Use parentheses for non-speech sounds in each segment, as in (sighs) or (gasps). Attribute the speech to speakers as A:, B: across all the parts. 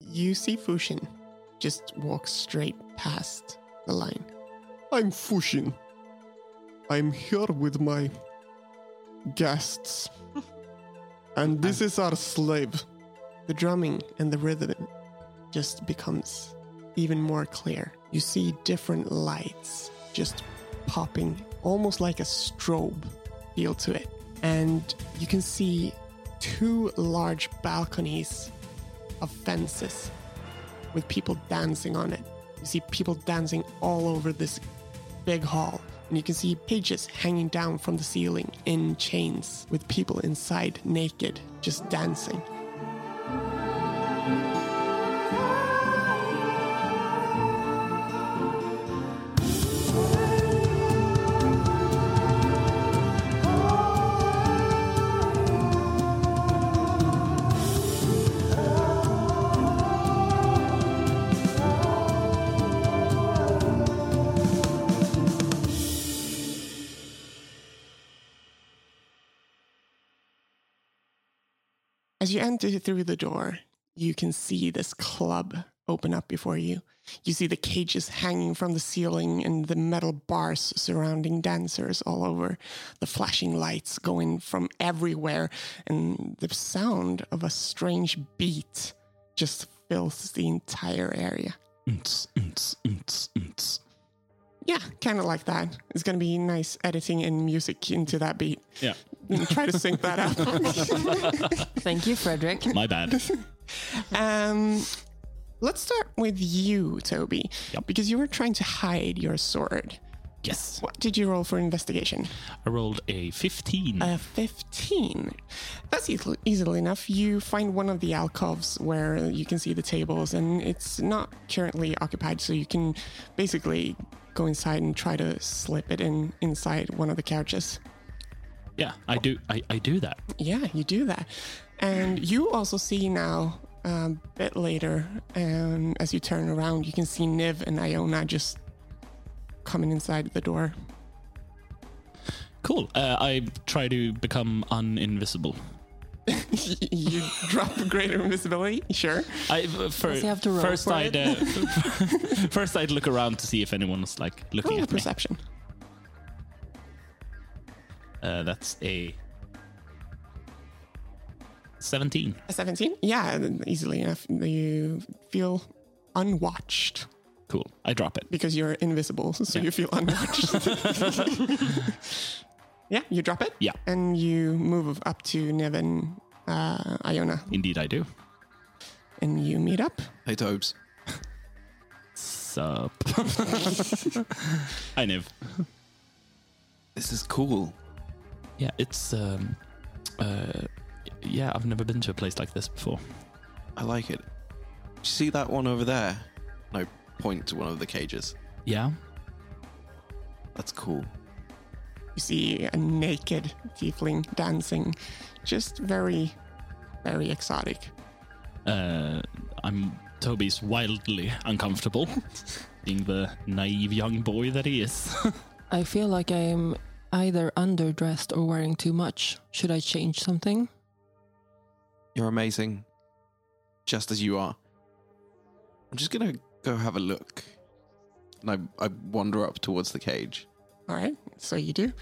A: you see Fushin just walk straight past the line.
B: I'm Fushin. I'm here with my
A: (laughs)
B: guests. and this is our slave.
A: The drumming and the rhythm just becomes even more clear. You see different lights just popping, almost like a strobe feel to it. And you can see two large balconies of fences with people dancing on it. You see people dancing all over this big hall. And you can see pages hanging down from the ceiling in chains with people inside naked, just dancing. As you enter through the door, you can see this club open up before you. You see the cages hanging from the ceiling and the metal bars surrounding dancers all over, the flashing lights going from everywhere, and the sound of a strange beat just fills the entire area.
C: Unts, unts, unts, unts.
A: Yeah, kind of like that. It's going to be nice editing and music into that beat.
C: Yeah.
A: Try to sync that up.
D: (laughs) Thank you, Frederick.
C: My
D: (laughs)
C: bad.
A: Um, let's start with you, Toby,
C: Yep.
A: because you were trying to hide your sword.
C: yes.
A: What did you roll for investigation?
C: I rolled a 15.
D: Uh,
A: A 15. That's easily, easily enough. You find one of the alcoves where you can see the tables, and it's not currently occupied, so you can basically go inside and try to slip it in inside one of the couches.
C: yeah, I do I, I do that.
A: Yeah, you do that. And you also see now, a bit later, um, as you turn around, you can see Niv and Iona just coming inside the door. (laughs)
C: Cool. Uh, I try to become uninvisible.
A: you drop (laughs) greater invisibility, sure.
C: I uh, for,
D: Does he have to roll
C: first
D: for
C: I'd
D: it?
C: uh, (laughs)
D: (laughs)
C: first I'd look around to see if anyone was like looking
A: Roll a
C: at me.
A: perception.
C: Uh, that's a 17.
A: A 17? Yeah, easily enough. You feel unwatched
C: Cool. I drop it.
A: because you're invisible, so you feel unwatched. (laughs) yeah, you drop it.
C: Yeah.
A: And you move up to Niv and uh, Iona,
C: Indeed, I do.
A: and you meet up.
E: Hey, Tobes.
C: Sup. (laughs) I Niv.
E: This is cool.
C: Yeah, it's um uh yeah, I've never been to a place like this before.
E: I like it. Do you see that one over there? No, point to one of the cages.
C: Yeah.
E: That's cool.
A: You see a naked tiefling dancing, just very, very exotic.
C: Uh I'm Toby's wildly uncomfortable (laughs) being the naive young boy that he is. (laughs)
D: I feel like I am either underdressed or wearing too much. Should I change something?
E: You're amazing. Just as you are. I'm just gonna go have a look. And I, I wander up towards the cage.
A: All right, so you do.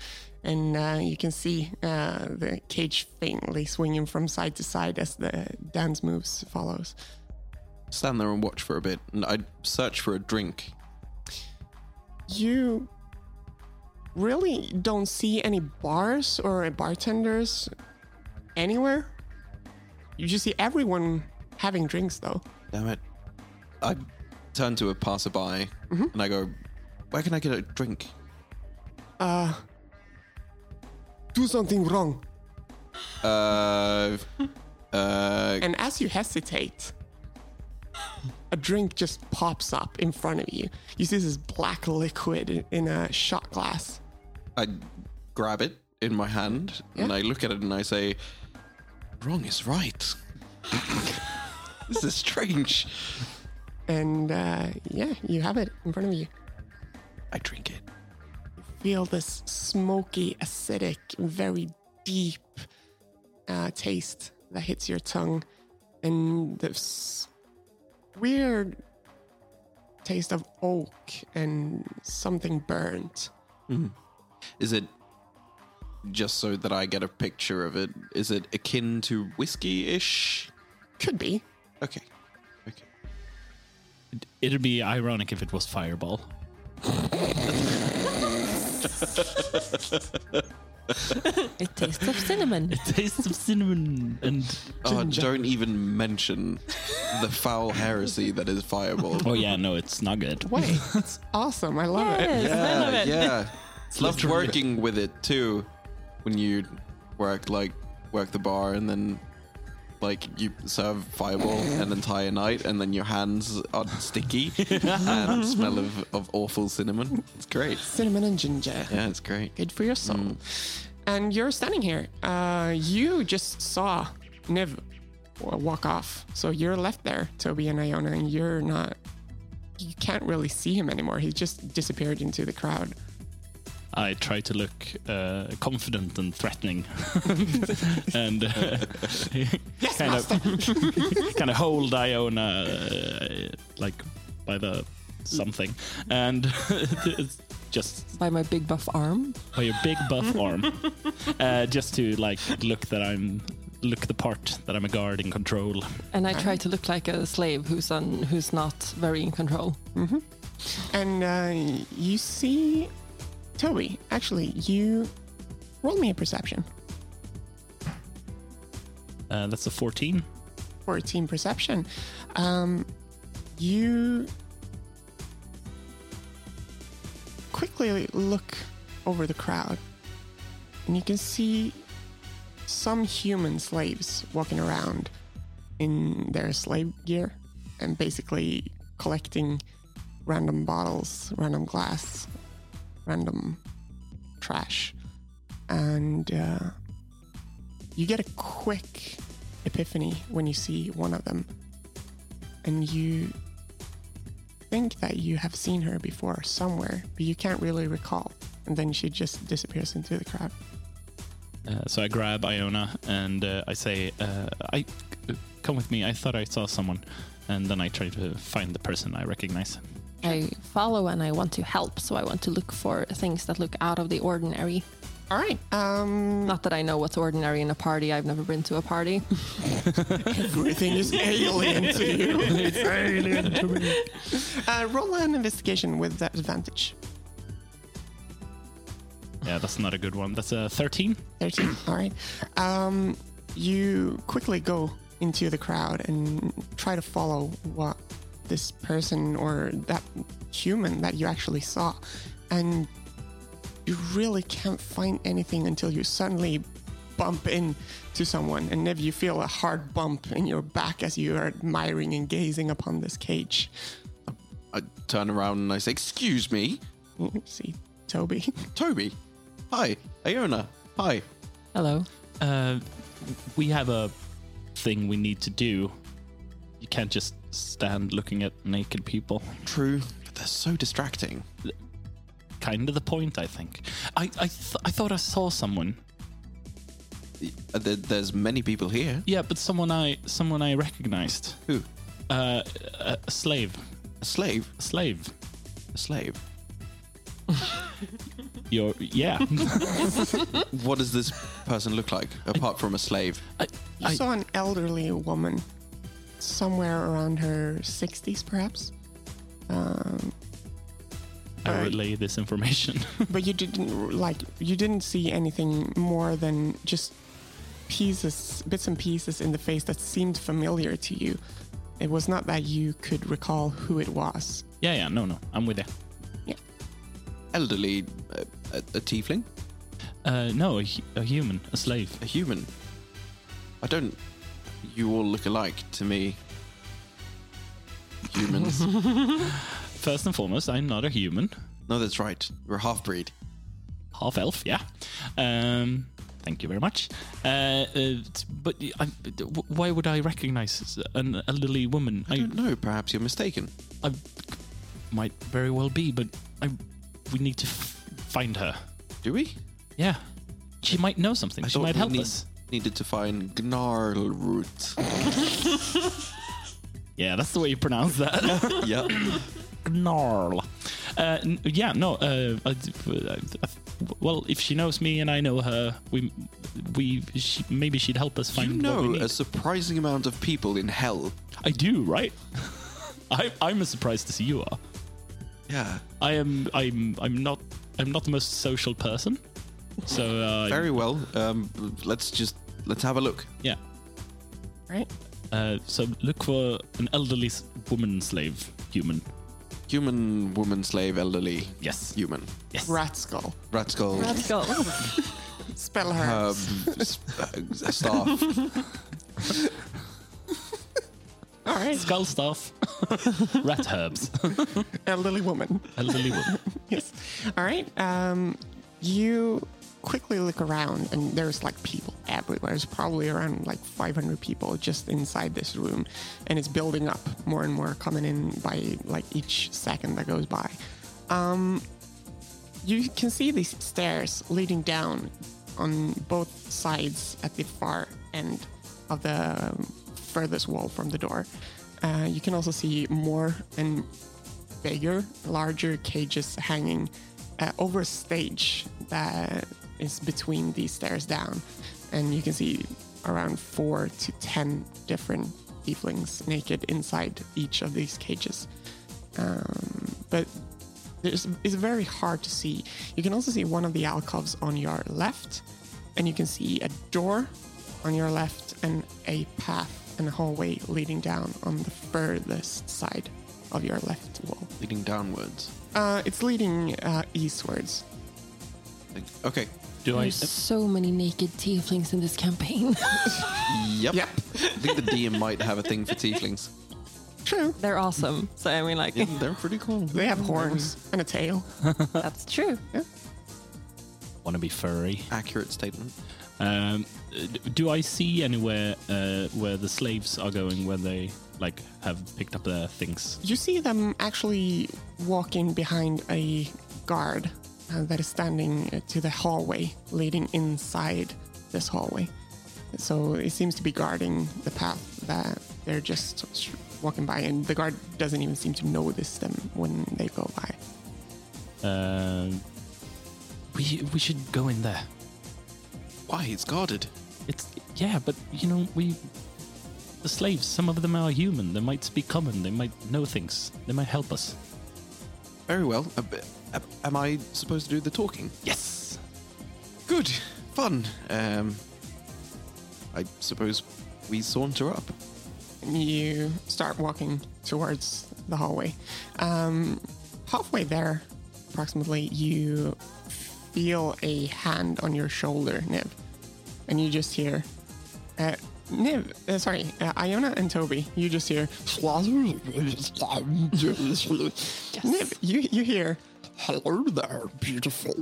A: And uh, you can see uh, the cage faintly swinging from side to side as the dance moves follows.
E: Stand there and watch for a bit, and I search for a drink.
A: You really don't see any bars or bartenders anywhere. You just see everyone having drinks, though.
E: Damn it. I turn to a passerby and I go, Where can I get a drink?
A: Uh, do something wrong.
E: Uh, (laughs) uh,
A: And as you hesitate, a drink just pops up in front of you. You see this black liquid in a shot glass.
E: I grab it in my hand and I look at it and I say, Wrong is right. (laughs) this is strange.
A: And uh, yeah, you have it in front of you.
E: I drink it.
A: Feel this smoky, acidic, very deep uh, taste that hits your tongue. And the s- weird taste of oak and something burnt.
E: Is it just so that I get a picture of it? Is it akin to whiskey ish?
A: Could be.
E: Okay. Okay.
C: It'd be ironic if it was Fireball. (laughs)
D: It tastes of (laughs) cinnamon.
C: Taste of cinnamon and
E: Oh, don't even mention the foul heresy that is Fireball.
C: oh yeah, no, it's not good.
A: Wait, that's awesome. I love it.
D: Yes, I love
E: yeah,
D: it.
E: yeah. Loved
C: literally-
E: working with it too. When you work like work the bar and then like you serve fireball an entire night and then your hands are sticky and smell of, of awful cinnamon. It's great.
A: Cinnamon and ginger.
E: Yeah, it's great.
A: Good for your soul.
C: Mm.
A: And you're standing here. Uh, you just saw Niv wa- walk off. So you're left there, Toby and Iona, and you're not. You can't really see him anymore. He just disappeared into the crowd.
C: I try to look uh, confident and threatening, (laughs) and uh, (laughs) kind of (laughs) kind of hold Iona uh, like by the something, and (laughs) it's just
D: By my big buff arm.
C: by your big buff arm, uh, just to like look that I'm look the part that I'm a guard in control.
D: And I try to look like a slave who's un, who's not very in control.
A: And uh, you see Toby. Actually, you roll me a perception.
C: Uh, that's a fourteen.
A: 14 perception. Um, you quickly look over the crowd and you can see some human slaves walking around in their slave gear and basically collecting random bottles, random glass, random trash. And uh, you get a quick epiphany when you see one of them. And you think that you have seen her before somewhere, but you can't really recall. And then she just disappears into the crowd.
C: Uh, so I grab Iona and uh, I say, uh, "I come with me. I thought I saw someone." And then I try to find the person I recognize.
D: I follow and I want to help, so I want to look for things that look out of the ordinary.
A: All right. Um,
D: Not that I know what's ordinary in a party. I've never been to a party.
A: everything (laughs) is alien to you. It's alien to me. (laughs) Uh, roll an investigation with that advantage.
C: Yeah, that's not a good one. That's a thirteen.
A: 13. (clears throat) All right. Um, you quickly go into the crowd and try to follow what this person or that human that you actually saw. And you really can't find anything until you suddenly bump into someone. And if you feel a hard bump in your back as you are admiring and gazing upon this cage,
E: I turn around and I say, Excuse me,
A: you see Toby. (laughs)
E: Toby. Hi, Iona. Hi.
D: (laughs) Hello.
C: Uh, we have a thing we need to do. You can't just stand looking at naked people.
E: True, but they're so distracting.
C: Kind of the point, I think. I I, th- I thought I saw someone.
E: Uh, there- There's many people here.
C: Yeah, but someone I someone I recognized.
E: Who?
C: Uh, a a slave,
E: A slave.
C: a slave.
E: A slave.
C: You're yeah.
E: What does this person look like (laughs) apart from a slave?
C: I,
A: You
C: I,
A: saw an elderly woman somewhere around her 60s, perhaps. Um,
C: I relay this information. (laughs)
A: but you didn't like you didn't see anything more than just pieces bits and pieces in the face that seemed familiar to you it was not that you could recall who it was
C: yeah, yeah. No, no. I'm with you.
E: Elderly, uh, a, a tiefling,
C: Uh, no, a, hu- a human, a slave.
E: a human. I don't. You all look alike to me. Humans.
C: First and foremost, I'm not a human.
E: no, that's right. We're half breed.
C: half elf, yeah. Um, thank you very much. Uh, uh, t- but I, w- why would I recognize an elderly woman?
E: I
C: I,
E: don't know. Perhaps you're mistaken.
C: I might very well be, but I, we need to f- find her.
E: Do we?
C: Yeah, she might know something.
E: I
C: she
E: thought
C: might
E: we
C: help
E: need-
C: us. (laughs)
E: Needed to find Gnarl root.
C: Yeah, that's the way you pronounce
E: (laughs)
C: that.
E: yeah.
C: Gnarl. Uh, n- yeah, no. Uh, I d- I- I- well, if she knows me and I know her, we we she, maybe she'd help us
E: You
C: find. what we
E: know
C: need.
E: a surprising amount of people in hell.
C: I do, right? (laughs) I, I'm as surprised as you are.
E: Yeah.
C: I am. I'm. I'm not. I'm not the most social person. So uh,
E: Very well. Um, let's just let's have a look.
C: yeah.
D: Right?
C: Uh, so look for an elderly s- woman slave human.
E: Human, woman, slave, elderly,
C: Yes.
E: human,
C: Yes.
A: Rat skull.
E: rat skull,
D: Let's (laughs) go.
A: Spell her.
E: um, s- uh, staff.
A: All right.
C: Skull staff. (laughs) Rat herbs.
A: Elderly woman.
C: elderly woman.
A: yes. All right. Um, you quickly look around, and there's like people everywhere. There's probably around like 500 people just inside this room, and it's building up more and more, coming in by like each second that goes by. Um, you can see these stairs leading down on both sides at the far end of the um, furthest wall from the door. Uh, you can also see more and bigger, larger cages hanging uh, over a stage that is between these stairs down. And you can see around four to ten different tieflings naked inside each of these cages. Um, but there's, it's very hard to see. You can also see one of the alcoves on your left, and you can see a door on your left and a path and a hallway leading down on the furthest side of your left wall.
E: leading downwards.
A: Uh, it's leading uh, eastwards.
E: Like, Okay.
C: Do I?
D: There's so many naked tieflings in this campaign. (laughs)
E: Yep.
A: Yep.
E: I think the DM might have a thing for tieflings.
A: True.
D: They're awesome. So, I mean, like,
E: Yeah, they're pretty cool.
A: They have horns and a tail.
D: that's true.
C: Want to be furry?
E: Accurate statement.
C: Um, d- do I see anywhere uh, where the slaves are going? Where they like have picked up their things?
A: You see them actually walking behind a guard uh, that is standing uh, to the hallway leading inside this hallway. So it seems to be guarding the path that they're just sh- walking by, and the guard doesn't even seem to notice them when they go by.
C: Um, we we should go in there.
E: Why? It's guarded.
C: It's yeah, but you know we the slaves. Some of them are human. They might speak common. They might know things. They might help us.
E: Very well. A bit- a- Am I supposed to do the talking?
C: Yes.
E: Good. Fun. Um, I suppose we saunter up.
A: you start walking towards the hallway. Um, halfway there, approximately, you feel a hand on your shoulder, Niv, and you just hear, uh, Niv, uh, sorry, uh, Iona and Toby, you just
F: (laughs)
A: hear, Niv, you, you hear,
F: Hello there, beautiful.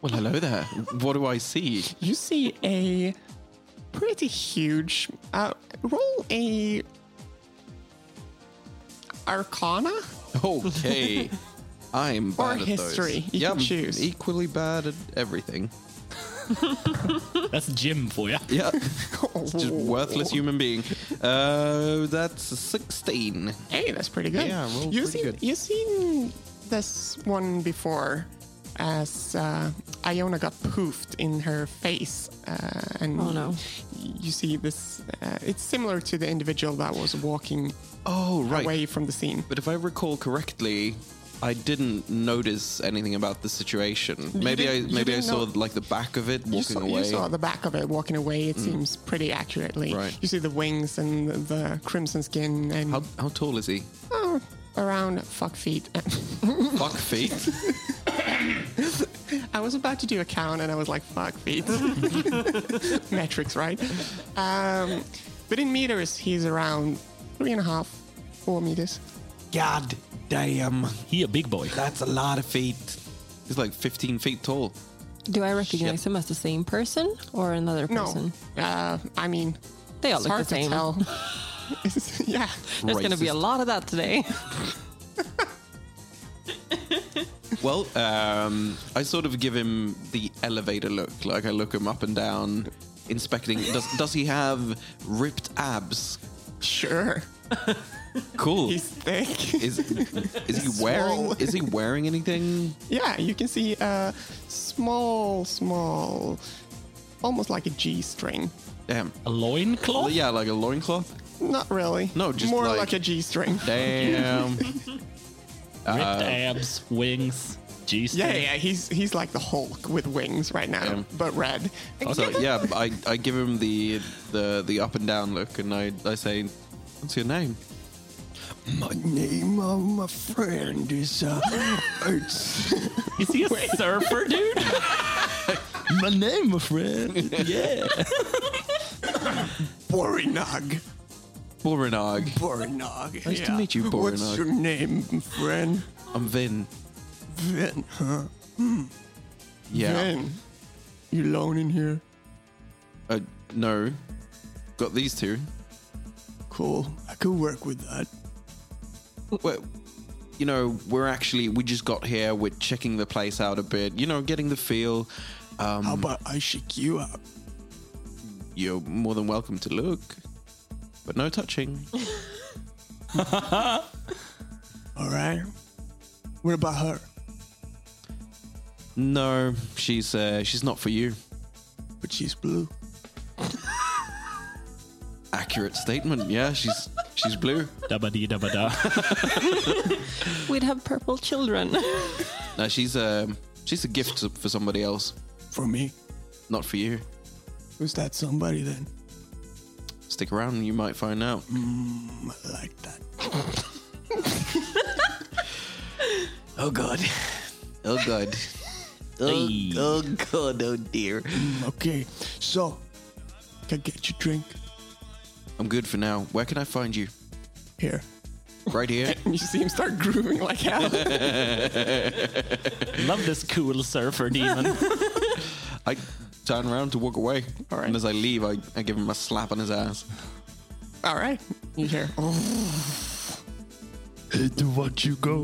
E: Well, hello there. What do I see?
A: you see a pretty huge, uh, roll a arcana? (laughs)
E: Okay. I'm bad
A: Or
E: at
A: history.
E: Those.
A: You
E: yeah,
A: can
E: I'm
A: choose.
E: Equally bad at everything.
C: That's Jim for you.
E: Yeah. It's just
A: Oh,
E: worthless human being. Uh, that's a 16.
A: Hey, that's pretty good.
E: Yeah, roll
A: you've seen,
E: pretty good.
A: You've seen this one before, as uh, Iona got poofed in her face, uh, and
D: Oh, no.
A: you see this. Uh, it's similar to the individual that was walking
E: Oh, right.
A: away from the scene.
E: But if I recall correctly, I didn't notice anything about the situation. Maybe I
A: didn't- you
E: maybe I
A: didn't
E: saw
A: know-
E: like the back of it walking
A: You saw,
E: away. Mm.
A: you saw the back of it walking away. It seems pretty accurately.
E: Right.
A: You see the wings and the, the crimson skin and
E: How, how tall is he?
A: oh, around fuck feet. (laughs)
E: Fuck feet.
A: I was about to do a count and I was like, fuck feet. (laughs) Metrics, right? Um, but in meters, he's around three and a half, four meters.
E: God damn,
C: He a big boy.
E: that's a lot of feet. He's like 15 feet tall.
D: Do I recognize him as the same person or another person?
A: No. Uh, I mean,
D: They all
A: it's
D: look the
A: hard to
D: same.
A: tell. (laughs) It's- yeah.
D: There's going to be a
E: Racist.
D: lot of that today. (laughs)
E: Well, um, I sort of give him the elevator look. Like I look him up and down, inspecting. Does, does he have ripped abs?
A: Sure.
E: Cool.
G: He's thick.
E: is is he wearing is he wearing anything?
G: yeah, you can see a small, small, almost like a G string.
E: Damn.
C: A loincloth?
E: Yeah, like a loincloth.
G: Not really.
E: No, just
G: more
E: like-
G: like, a G string.
E: Damn.
C: Ripped
E: Uh,
C: abs, wings, G
G: Yeah, yeah, he's he's like the Hulk with wings right now,
E: Yeah.
G: but red.
E: so yeah, I, I give him the the the up and down look, and I I say, "What's your name?"
A: My name of my friend is
G: (laughs)
A: uh, it's
C: Is he a surfer, dude? My name, my friend.
G: (laughs)
C: Yeah.
G: Borinog.
E: Borinog.
G: Borinog.
E: Nice to meet you, Borinog.
G: What's your name, friend?
E: I'm Vin.
G: Vin, huh?
E: Yeah.
G: Vin. You alone in here?
E: Uh, no. Got these two.
G: Cool. I could work with uh, that.
E: Well, you know, we're actually we just got here. We're checking the place out a bit. You know, getting the feel.
A: Mm-hmm.
E: Um,
G: How about uh, I shake you out?
E: you're more than welcome to look, but no
G: (laughs)
E: touching.
G: All right. What about her?
E: No, she's uh, she's not for you.
G: But she's blue.
E: Accurate statement. Yeah, she's she's blue.
C: Dabba dee dabba da.
D: We'd have purple
A: (laughs)
D: children.
E: No, she's um she's a gift for somebody else,
G: For me.
E: not for you.
G: Who's that somebody then?
E: Stick around, and you might find out.
G: Mm. I like that. oh god.
E: Oh god. Oh, oh god. Oh dear.
G: Okay, so can I get you a drink
E: I'm good for now. Where can I find you?
G: here?
E: Right
G: (laughs)
E: here.
G: You see him start grooving like hell.
C: Love this cool surfer demon.
E: I turn around to walk away.
G: All right.
E: And as I leave, I, I give him a slap on his ass.
G: All right, you hear?
A: hate to watch you go,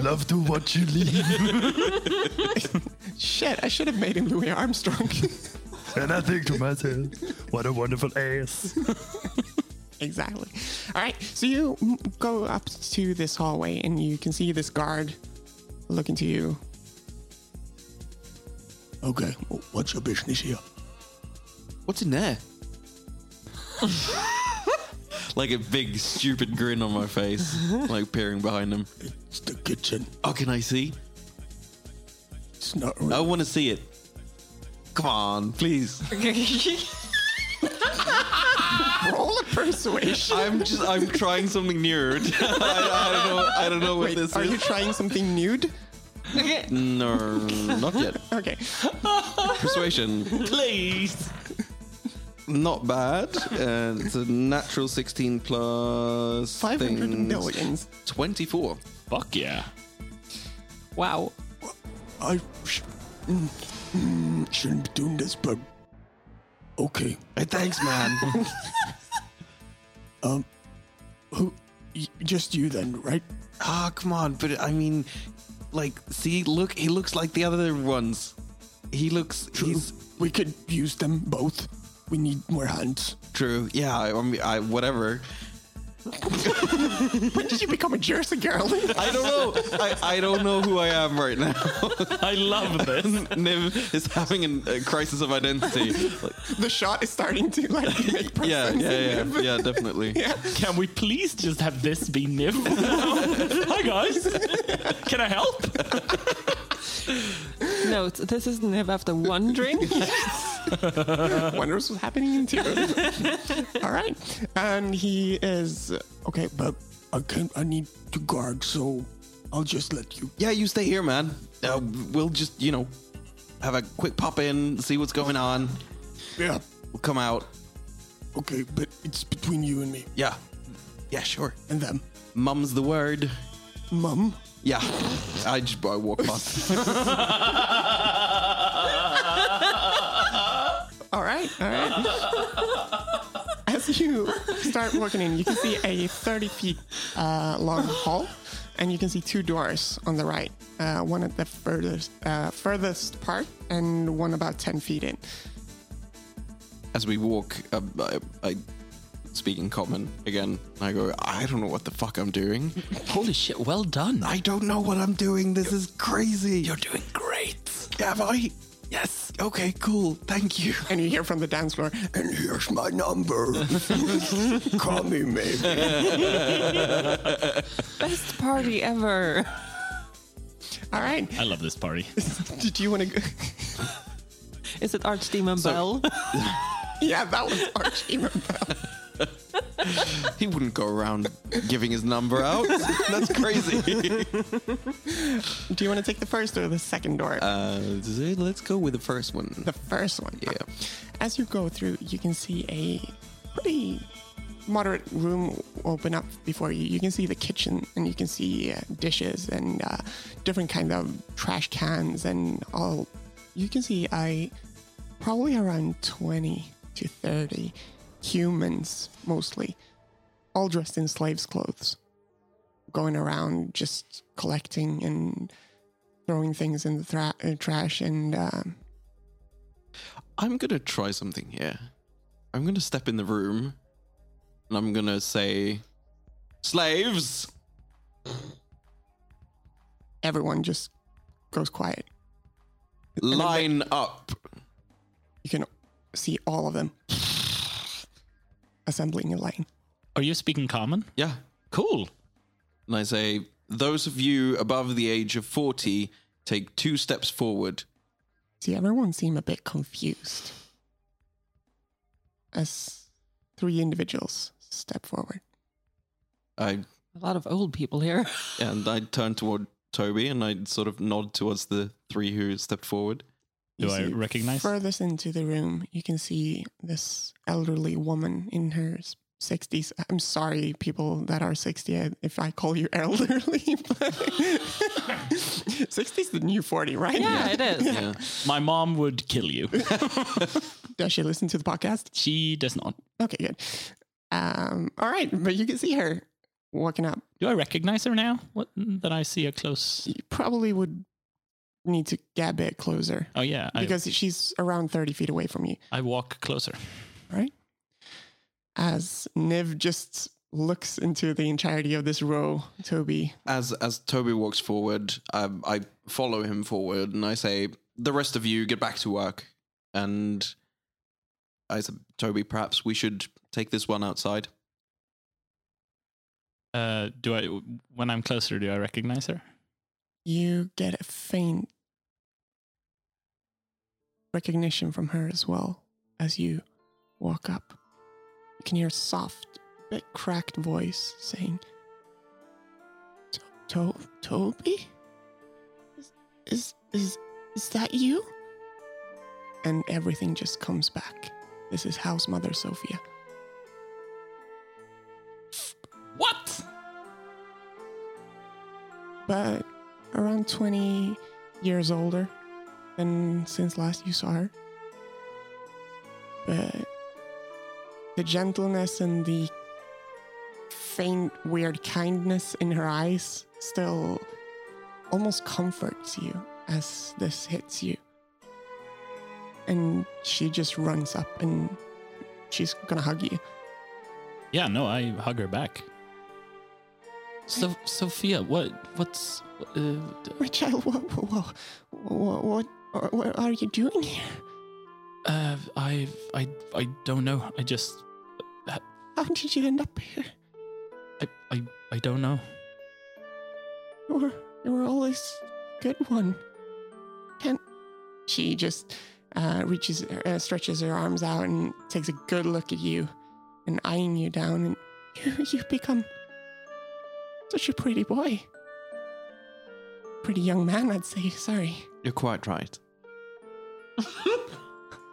A: love to watch you leave,
G: Shit, I should have made him Louis Armstrong. (laughs)
A: and I think to myself, what a wonderful ass.
G: exactly. All right, so you m- go up to this hallway and you can see this guard looking to you.
A: Okay, wh- what's your business here?
E: What's in there? (laughs) like a big stupid grin on my face, like peering behind him.
A: It's the kitchen.
E: Oh, can I see?
A: It's not
E: I
A: real.
E: want to see it. Come on, please.
G: Roll a persuasion.
E: I'm just I'm trying something new. (laughs) I, I don't know. I don't know what
G: Wait,
E: this
G: are
E: is.
G: you trying something nude?
E: No, not yet. (laughs)
G: Okay,
E: Persuasion,
C: Please.
E: not bad. Uh, it's a natural 16 plus
G: five hundred
E: things.
G: millions.
E: 24.
C: Fuck yeah.
D: (laughs) wow.
A: I sh- mm, mm, shouldn't be doing this, but okay.
E: Hey, thanks, man.
A: Um, who? Y- just you then, right?
E: Ah, come on. But I mean, like, see, look, he looks like the other ones. He looks. He's
A: we could use them both. We need more hands.
E: true. Yeah. I, I mean, I whatever.
G: When (laughs) did you become a Jersey girl? (laughs)
E: I don't know. I, I don't know who I am right now. (laughs)
C: I love this.
E: Niv is having an, a crisis of (laughs) identity. Like,
G: the shot is starting to like
E: (laughs)
G: make person
E: yeah, yeah, yeah, (laughs) yeah, definitely.
C: Can we please just have this be Niv? Hi, guys. (laughs) Can I help?
D: Note, this is Niv after
A: (laughs)
D: one drink.
G: wonders what's happening in two. (laughs) All right, and he is okay,
A: But
G: but
A: I can't. I need to guard, so I'll just let you.
E: Yeah, you stay here, man. Uh, we'll just, you know, have a quick pop in, see what's going on.
A: Yeah.
E: We'll come out.
A: Okay, but it's between you and me
E: Yeah. Yeah, sure.
A: and them.
E: Mum's the word.
A: Mum.
E: Yeah. I just I walk past.
G: all right, all right. As you start walking in, you can see a 30 feet uh, long hall, and you can see two doors on the right. Uh, one at the furthest uh, furthest part, and one about 10 feet in.
E: As we walk, um, I, I speaking common again. I go, I don't know what the fuck I'm doing.
H: Holy shit, well done.
E: (laughs) I don't know what I'm doing. This is crazy. You're
H: doing great.
E: Have I? Yes. Okay, cool. Thank you.
G: And you hear from the dance floor,
A: (laughs) And here's my
E: (laughs)
A: number. Call me, maybe.
D: Best party ever.
G: all right,
C: I love this party.
G: did you want to go?
D: Is it Archdemon Bell?
G: yeah, that was Archie.
E: He wouldn't go around giving his number (laughs) out. That's (laughs) crazy.
G: Do you want to take the first or the second door?
E: Uh, let's go with the first one.
G: the first one.
E: Yeah.
G: As you go through, you can see a pretty moderate room open up before you. You can see the kitchen, and you can see uh, dishes and uh, different kind of trash cans and all. You can see I probably around twenty to thirty humans, mostly, all dressed in slaves' clothes, going around just collecting and throwing things in the thra- uh, trash and. Um,
E: I'm gonna try something here. I'm gonna step in the room and I'm gonna say, Slaves!
G: everyone just goes quiet.
E: Line up.
G: You can see all of them (sighs) assembling in line.
C: Are you speaking common?
E: Yeah.
C: Cool.
E: And I say, Those of you above the age of 40, take two steps forward.
G: See, everyone seem a bit confused as three individuals step forward.
E: I
D: A lot of old
A: (laughs)
D: people here.
E: And I turn toward Toby and I sort of nod towards the three who stepped forward.
C: Do
G: You
C: I
G: see
C: recognize?
G: Furthest into the room, you can see this elderly woman in her 60s. I'm sorry, people that are 60, I- if I call you (laughs) elderly, but (laughs) 60 is the new 40, right?
D: Yeah, it is.
E: Yeah.
C: My mom would kill you.
G: Does she listen to the podcast?
C: she does not.
G: Okay, good. Um, all right, but you can see her walking up.
C: Do I recognize her now? What that I see her close?
G: You probably would need to get a bit closer
C: Oh yeah, I,
G: because she's around 30 feet away from you.
C: I walk closer.
G: All right. As Niv just looks into the entirety of this row, Toby,
E: As as Toby walks forward, um, I follow him forward and I say, "The rest of you, get back to work." And I said, "Toby, perhaps we should take this one outside."
C: Uh, do I when I'm closer? Do I recognize her?
G: you get a faint recognition from her as well as you walk up. You can hear a soft, bit cracked voice saying, "To- "To Toby, is is is is that you?" And everything just comes back. This is House Mother Sophia.
C: What?
G: but around 20 years older than since last you saw her. But the gentleness and the faint, weird kindness in her eyes still almost comforts you as this hits you. And she just runs up and she's gonna hug you. (laughs)
C: Yeah, no, I hug her back. So Sophia, what what's uh,
G: My child, what, what, what, what, what are you doing here?
C: uh I I I don't know. I just
G: How did you end up here?
C: I I, I don't know.
G: You were, you were always a good one. Can't. She just uh, reaches, uh, stretches her arms out and takes a good look at you and eyeing you down, and (laughs) you, you become such a pretty boy. Pretty young man, I'd say. Sorry.
E: You're quite right.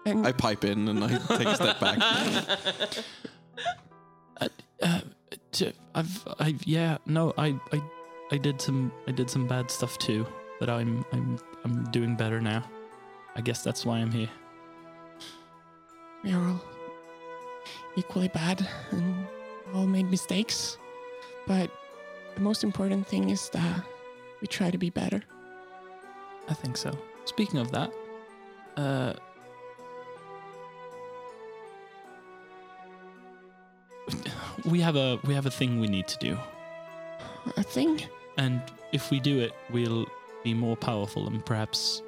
G: And
E: (laughs) I pipe in and I take a step back.
C: Uh, uh, t- I've I yeah no I I I did some I did some bad stuff too, but I'm I'm I'm doing better now. I guess that's why I'm here.
G: we are all equally bad and all made mistakes. But the most important thing is that we try to be better.
C: I think so. Speaking of that, uh, (laughs) we have a we have a thing we need to do,
G: A thing?
C: and if we do it, we'll be more powerful, and perhaps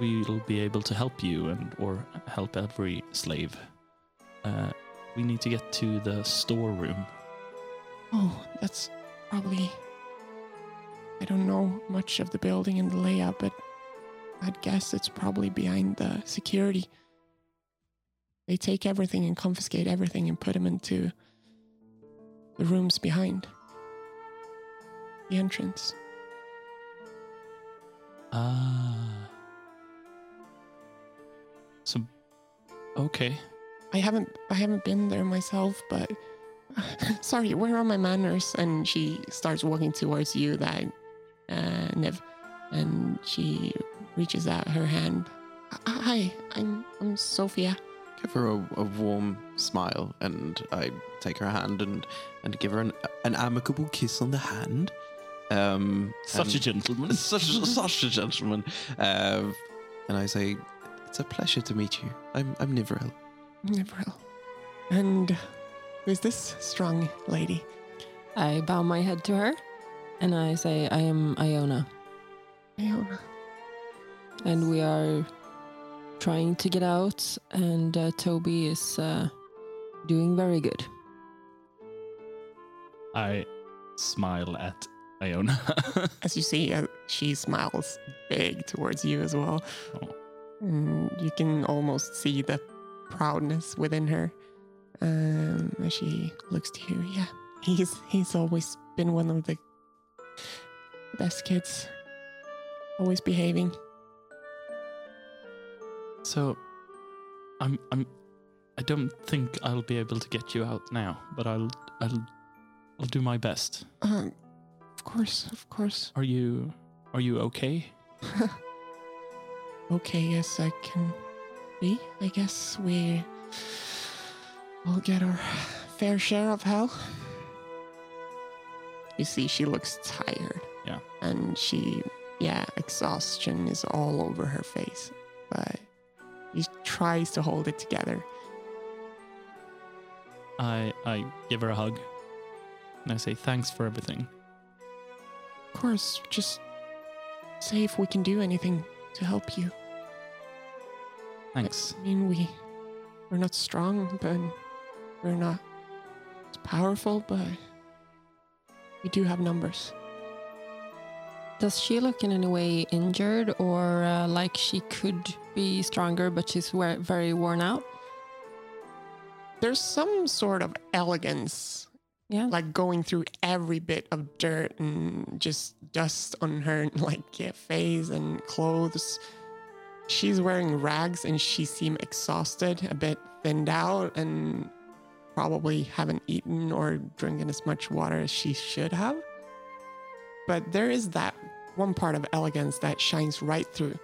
C: we'll be able to help you and or help every slave. Uh, we need to get to the storeroom.
G: Oh, that's probably. I don't know much of the building and the layout, but I'd guess it's probably behind the security. They take everything and confiscate everything and put them into the rooms behind the entrance.
C: Ah. So, okay.
G: I haven't I haven't been there myself, but (laughs) sorry, where are my manners? And she starts walking towards you, that uh, Niv, and she reaches out her hand. Hi, I'm I'm Sophia.
E: (laughs) Give her a, a warm smile, and I take her hand and, and give her an, an amicable kiss on the hand. Um,
C: Such a
E: and-
C: gentleman.
E: (laughs) such such a gentleman. Um, and I say, it's a pleasure to meet you. I'm I'm Nivrel.
G: Nivril. And who's this strong lady?
D: I bow my head to her and I say, I am Iona,
G: Iona.
D: and we are trying to get out, and uh, Toby is uh, doing very good.
C: I smile at Iona. (laughs)
G: As you see, uh, she smiles big towards you as well.
C: Oh.
G: And you can almost see the proudness within her um, as she looks to you. Yeah, he's he's always been one of the best kids. Always behaving.
C: so, I'm I'm I don't think I'll be able to get you out now, but I'll I'll I'll do my best.
G: Um, of course, of course.
C: Are you are you okay?
G: (laughs) Okay, yes, I can be. I guess we will get our fair share of hell. You see, she looks tired.
C: Yeah.
G: And she, yeah, exhaustion is all over her face. But she tries to hold it together.
C: I I give her a hug, and I say thanks for everything.
G: Of course, just say if we can do anything to help you.
C: Thanks.
G: I mean, we we're not strong, but we're not as powerful, but we do have numbers.
D: Does she look in any way injured or uh, like she could be stronger, but she's we- very worn out?
G: There's some sort of elegance,
D: Yeah.
G: like going through every bit of dirt and just dust on her, (laughs) like yeah, face and clothes. She's wearing rags, and she seems exhausted, a bit thinned out, and probably haven't eaten or drinking as much water as she should have. But there is that one part of elegance that shines right through.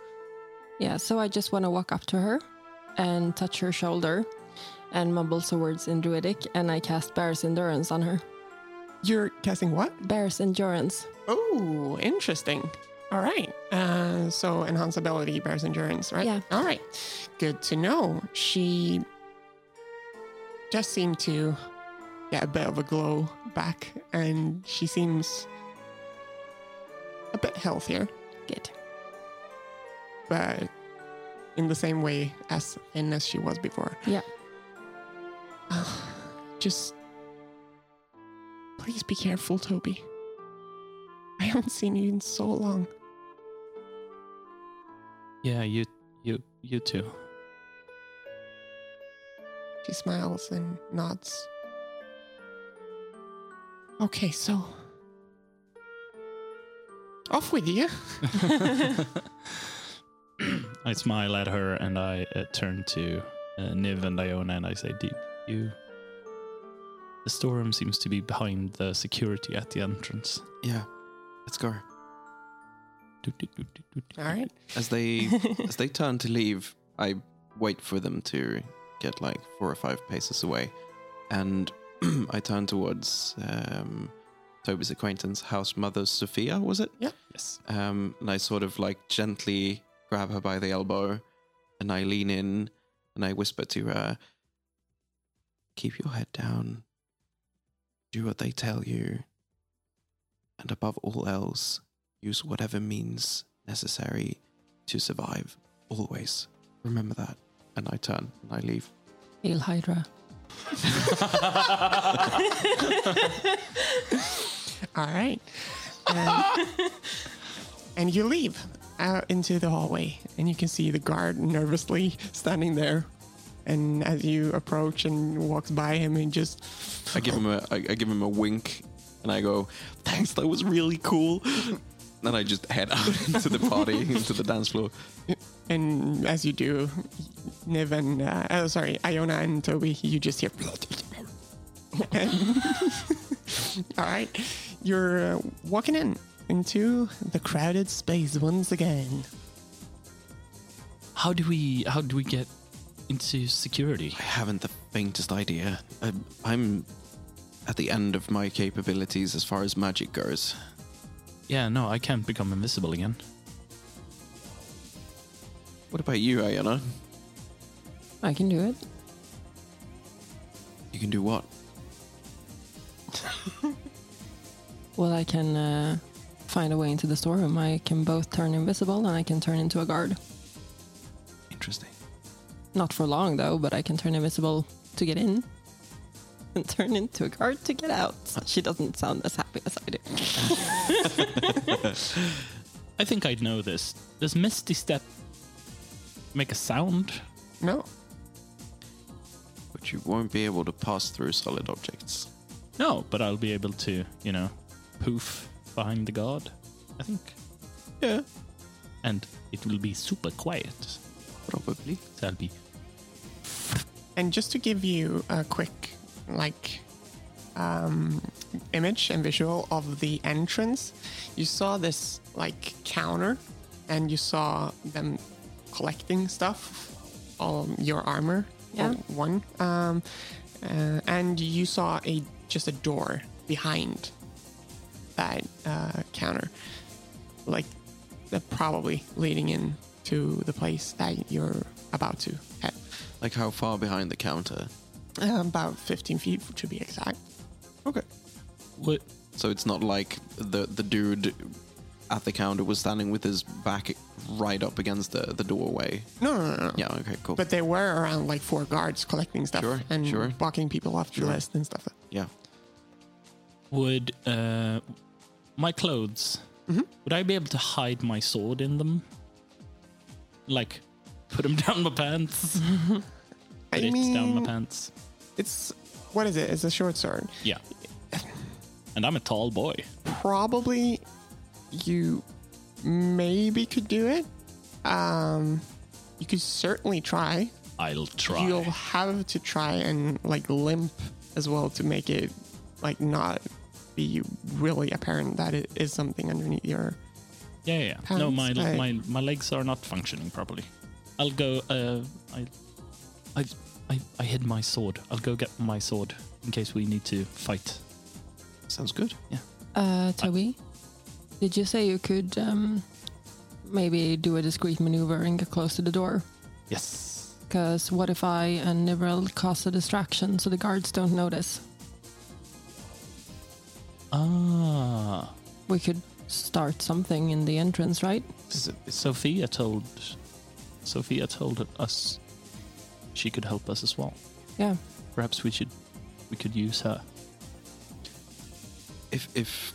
D: Yeah, so I just want to walk up to her and touch her shoulder and mumble some words in Druidic, and I cast Bear's Endurance on her.
G: You're casting what?
D: Bear's Endurance.
G: Oh, interesting. All right. Uh, so enhance ability, bears endurance, right?
D: Yeah.
G: All right. Good to know. She just seemed to get a bit of a glow back, and she seems a bit healthier,
D: Good.
G: but in the same way as thin as she was before.
D: Yeah.
G: Just please be careful, Toby. I haven't seen you in so long.
C: Yeah, you you you too. (clears throat)
G: She smiles and nods. Okay, so. Off with you.
C: I smile at her and I uh, turn to uh, Niv and Iona and I say, "Do you?" The storeroom seems to be behind the security at the entrance.
E: Yeah, let's go.
C: Do, do, do, do, do, do.
G: All right.
E: As they as they turn to leave, I wait for them to get like four or five paces away, and (clears throat) I turn towards um, Toby's acquaintance, house mother Sophia, was it?
C: Yes.
E: um, and I sort of like gently grab her by the elbow, and I lean in and I whisper to her, "Keep your head down. Do what they tell you. And above all else, use whatever means necessary to survive. Always. Remember that. And I turn and I leave.
D: Hail Hydra.
G: All right. And, (laughs) and you leave out into the hallway, and you can see the guard nervously standing there. And as you approach and walks by him, and just
E: I give him a I, I give him a wink and I go, Thanks, that was really cool. And I just head out (laughs) into the party, into the dance floor.
G: and as you do, Niv and uh, oh, sorry, Iona and Toby, you just hear. (laughs) And- all right, you're uh, walking in into the crowded space once again.
H: How do we how do we get into security?
E: I haven't the faintest idea. I'm, I'm at the end of my capabilities as far as magic goes.
H: Yeah, no, I can't become invisible again.
E: What about you, Ayana?
D: I can do it.
E: You can do what?
D: Well, I can uh, find a way into the storeroom. I can both turn invisible and I can turn into a guard.
E: Interesting.
D: Not for long, though, but I can turn invisible to get in and (laughs) turn into a guard to get out. She doesn't sound as happy as I do.
C: I think I know this. Does Misty Step make a sound?
G: No,
E: But you won't be able to pass through solid objects.
C: No, but I'll be able to, you know, poof behind the guard, I think. Yeah. And it will be super quiet.
E: Probably.
C: So I'll be.
G: And just to give you a quick, like, um, image and visual of the entrance, you saw this, like, counter and you saw them collecting stuff, all your armor,
D: Yeah.
G: all one. Um, uh, and you saw a just a door behind that uh, counter, like, that probably leading in to the place that you're about to head.
E: Like how far behind the counter?
G: Uh, about 15 feet to be exact.
E: Okay.
C: What?
E: So it's not like the the dude at the counter was standing with his back right up against the, the doorway.
G: No, no, no, no.
E: Yeah, okay, cool.
G: But there were around like four guards collecting stuff
E: Sure,
G: and
E: sure.
G: blocking people off the
E: Sure.
G: list and stuff.
E: yeah.
C: Would uh, my clothes?
G: Mm-hmm.
C: Would I be able to hide my sword in them? Like, put them (laughs) down my pants.
G: Mm-hmm. I
C: put it
G: mean,
C: down my pants.
G: it's what is it? It's a short sword.
C: Yeah. And I'm a tall boy.
G: Probably you maybe could do it. Um, you could certainly try.
C: I'll try.
G: You'll have to try and like limp as well to make it like not be really apparent that it is something underneath your
C: Yeah, yeah. yeah. No, my,
G: Pants, I-
C: my my legs are not functioning properly. I'll go. Uh, I, I, I, I hid my sword. I'll go get my sword in case we need to fight.
E: Sounds good.
C: Yeah.
D: Uh, Toby, did you say you could um, maybe do a discreet maneuver and get close to the door?
C: Yes.
D: Because what if I and Nivrel cause a distraction so the guards don't notice?
C: Ah.
D: We could start something in the entrance, right?
C: S- Sophia told. Sophia told us she could help us as well.
D: Yeah.
C: Perhaps we should. We could use her.
E: If if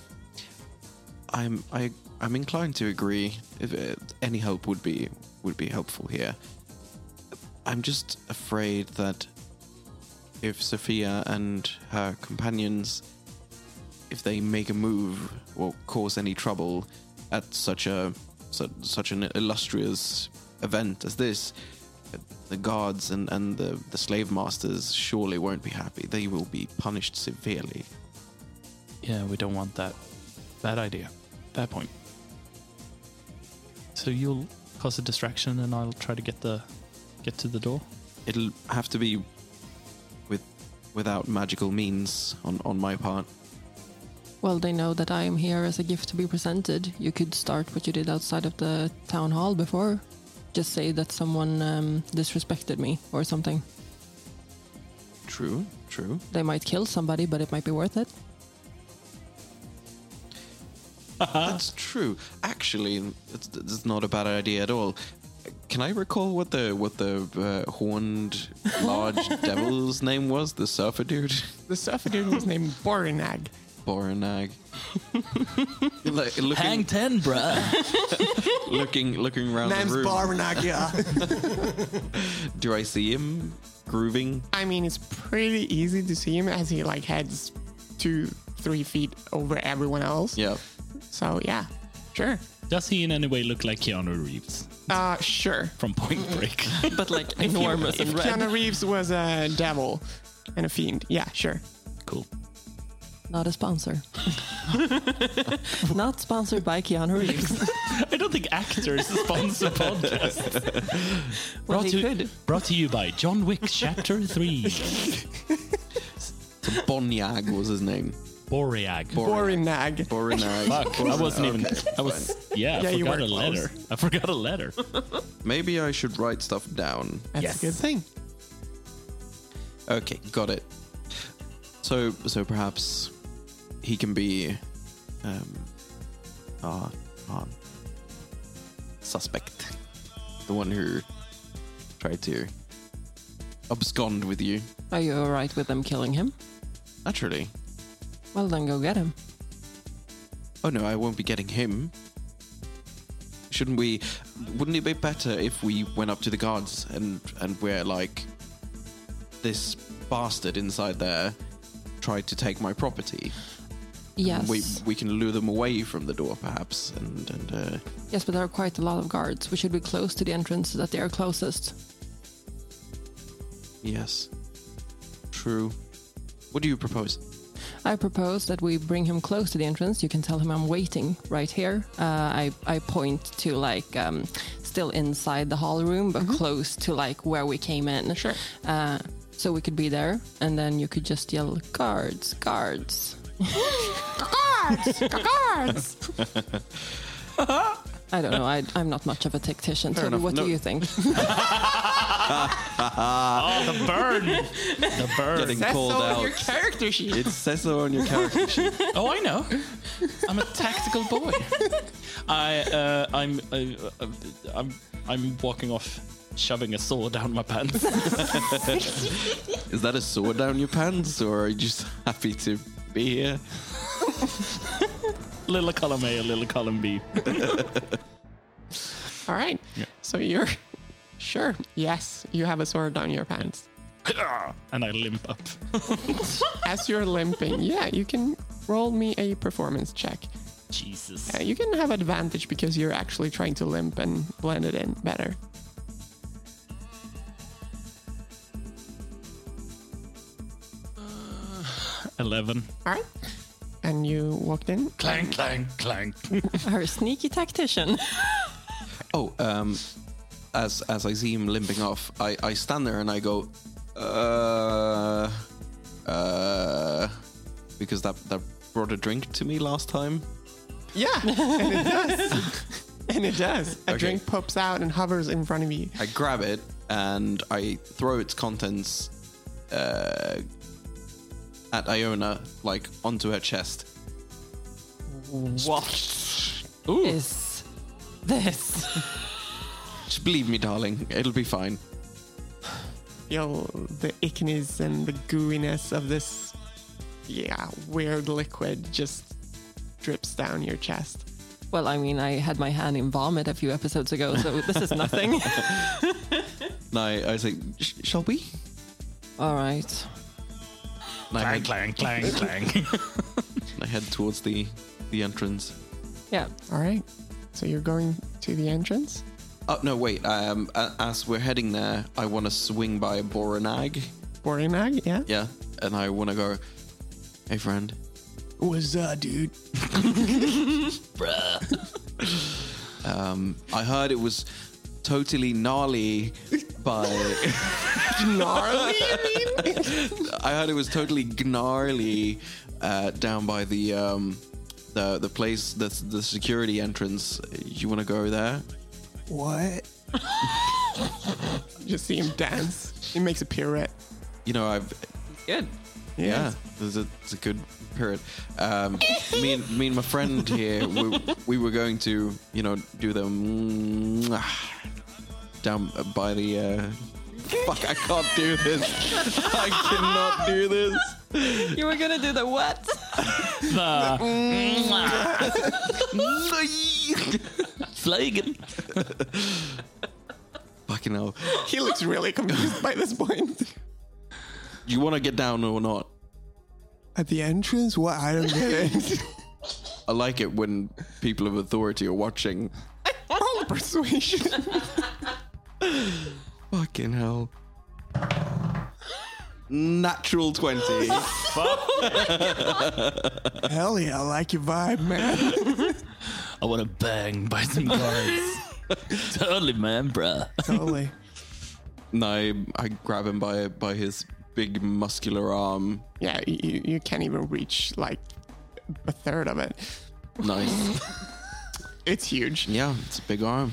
E: I'm I I'm inclined to agree. If uh, any help would be would be helpful here. I'm just afraid that if Sophia and her companions if they make a move or cause any trouble at such a su- such an illustrious event as this, the guards and, and the, the slave masters surely won't be happy. They will be punished severely.
C: Yeah, we don't want that. Bad idea. Bad point. So you'll cause a distraction, and I'll try to get the get to the door.
E: It'll have to be with without magical means on, on my part.
D: Well, they know that I am here as a gift to be presented. You could start what you did outside of the town hall before. Just say that someone um, disrespected me or something.
E: True, True.
D: They might kill somebody, but it might be worth it.
E: That's true. Actually, it's, it's not a bad idea at all. Can I recall what the what the uh, horned
C: (laughs)
E: large devil's name was? The surfer dude, (laughs)
G: The surfer dude was named Borinag.
C: (laughs)
E: Boronag. like, looking,
H: Hang ten, bruh.
E: looking, looking around
G: Name's
E: the room.
A: (laughs)
G: Borinag, yeah.
E: Do I see him grooving?
G: I mean, it's pretty easy to see him as he like heads two, three feet over everyone else.
E: Yeah.
G: So yeah, sure.
C: (laughs) Does he in any way look like Keanu Reeves
G: Uh, sure.
C: from (laughs) Point Break?
D: But like enormous
G: If
D: and red.
G: Keanu Reeves was a devil and a fiend, yeah, sure.
C: cool.
D: Not a sponsor. Not sponsored by Keanu Reeves.
C: I don't think (laughs) actors sponsor podcasts.
D: Well,
C: Brought to,
D: he could.
C: brought to you by John Wick Chapter 3.
E: So Bonyag was his name.
C: Boreag.
G: Borinag.
E: Boronag.
C: Fuck, I wasn't even. I was. Yeah, I
G: Yeah, you
C: forgot
G: were
C: a
G: close.
C: letter. I forgot a letter.
E: Maybe I should write stuff down.
G: That's
C: Yes.
G: a good thing.
E: Okay, got it. So, so perhaps he can be, um, our, our suspect, the one who tried to abscond with you.
D: Are you alright with them killing him?
E: Naturally.
D: Well, then go get him.
E: Oh no, I won't be getting him. Shouldn't we? Wouldn't it be better if we went up to the guards and and we're like, this bastard inside there tried to take my property.
D: Yes.
E: We we can lure them away from the door, perhaps, and and uh,
D: Yes, but there are quite a lot of guards. We should be close to the entrance so that they are closest.
E: yes, true. What do you propose?
D: I propose that we bring him close to the entrance. You can tell him I'm waiting right here. Uh, I, I point to like um, still inside the hall room, but
E: Mm-hmm.
D: close to like where we came in.
G: Sure.
D: Uh, so we could be there, and then you could just yell, guards, guards.
G: Guards! Guards!
D: I don't know. I, I'm not much of a tactician.
E: Fair
D: Toby,
E: enough.
D: what
E: No.
D: do
E: (laughs)
D: you think? (laughs)
C: Oh, (laughs) the burn! The burn.
E: Getting called out.
G: character sheet.
E: It says so on your (laughs) character sheet.
H: Oh, I know. I'm a tactical boy.
C: I, uh, I'm, I, uh, I'm, I'm walking off, shoving a saw down my pants. (laughs)
E: Is that a sword down your pants, or are you just happy to be here?
C: little column A, little column B.
G: All right. So you're sure. Yes, you have a sword down your pants.
C: and I limp up.
G: As you're limping, yeah, you can roll me a performance check.
C: Jesus.
G: Uh, you can have advantage because you're actually trying to limp and blend it in better.
C: Eleven.
G: All right. And you walked in.
H: clang, clang, clang.
D: Our sneaky tactician.
E: Oh, um, as as I see him limping off, I, I stand there and I go, uh, uh, because that that brought a drink to me last time.
G: Yeah, (laughs) and it does. (laughs) and it does. A
E: Okay.
G: drink pops out and hovers in front of you.
E: I grab it and I throw its contents uh, at Iona, like onto her chest.
D: What
C: Ooh.
D: is this?
E: Just believe me, darling, it'll be fine.
G: Yo, the ickiness and the gooiness of this, yeah, weird liquid just drips down your chest.
D: Well, I mean, I had my hand in vomit a few episodes ago, so this
E: (laughs)
D: is nothing.
E: And I, I say, "Sh- shall we?
D: All right.
E: And I,
C: Clang,
E: head,
C: clang, clang,
A: (laughs)
C: clang.
E: I head towards the the entrance.
D: Yeah.
G: All right. So you're going to the entrance?
E: Oh no, wait. Um, a- as we're heading there, I want to swing by Boronag.
G: Borinag, yeah?
E: Yeah, and I want to go. Hey, friend.
A: What's that, uh, dude?
E: Um, I heard it was totally gnarly by.
G: (laughs) Gnarly, you mean?
E: (laughs) I heard it was totally gnarly uh, down by the um, the the place the the security entrance. You want to go there?
A: What?
G: Just see him dance. He makes a pirouette.
E: You know, I've
D: Good.
E: Yeah, there's a, it's a good period. Um, me, and, me and my friend here, we, we were going to, you know, do the mwah down by the. Uh, fuck, I can't do this. I cannot do this.
D: You were gonna do the what?
C: The
H: Flagen.
E: Fucking hell.
G: He looks really confused by this point. (laughs)
E: You want to get down or not?
G: At the entrance? What? I don't get it.
E: I like it when people of authority are watching.
G: Roll persuasion.
E: Fucking hell. Natural
G: (laughs)
E: 20.
G: (laughs) Hell yeah, I like your vibe, man.
H: I want to bang by some guys. (laughs) totally, man, bruh.
G: totally.
E: and I, I grab him by, by his big muscular arm.
G: Yeah, you- you, you can't even reach like a third of it.
E: Nice.
G: It's huge.
E: Yeah, it's a big arm.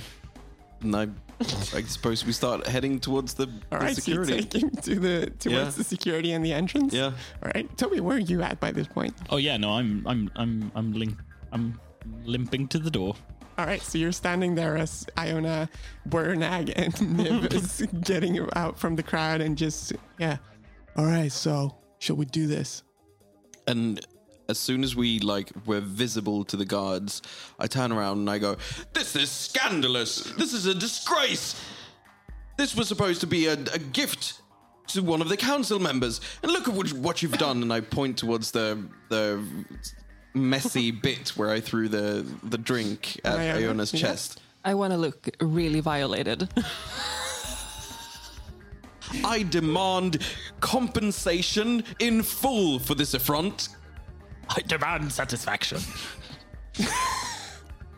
E: And I, I suppose we start heading towards the, the
G: All right, so you
E: security.
G: take him to the towards
E: Yeah.
G: the security and the entrance.
E: Yeah.
G: All right, Toby, where are you at by this point?
C: oh yeah, no, I'm I'm I'm I'm link I'm limping to the door.
G: All right, so you're standing there as Iona, Bernag, (laughs) and Niv is getting out from the crowd and just yeah. All right, so shall we do this?
E: And as soon as we like were visible to the guards, I turn around and I go, "This is scandalous. This is a disgrace. This was supposed to be a, a gift to one of the council members, and look at what, what you've done." And I point towards the the messy (laughs) bit where I threw the the drink at
G: Yeah, yeah,
E: Iona's
G: yeah.
E: chest.
D: I want to look really (laughs) violated.
E: I demand compensation in full for this affront.
H: I demand satisfaction.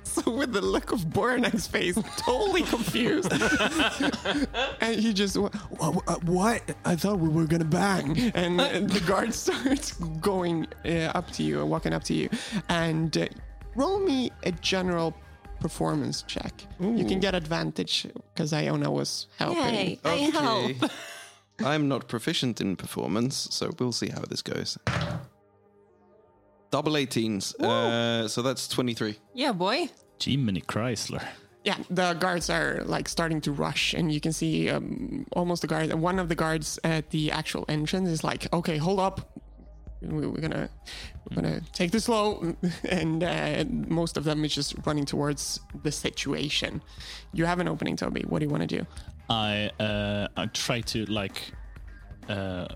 G: So with the look of Bornag's face, totally confused, and he just went, "Wha- wha- what? I thought we were gonna bang. And uh, the guard (laughs) starts going uh, up to you and walking up to you, and uh, roll me a general performance check. You can get advantage because Iona was helping.
D: Yay.
E: (laughs) I'm not proficient in performance, so we'll see how this goes. Double 18s. Uh, so that's 23.
D: yeah, boy.
C: Jiminy Chrysler.
G: Yeah, the guards are like starting to rush, and you can see um, almost the guard. One of the guards at the actual entrance is like, "Okay, hold up, We- we're gonna we're gonna take this slow," (laughs) and uh, most of them is just running towards the situation. You have an opening, Toby. What do you want to do?
C: I uh, I try to like uh,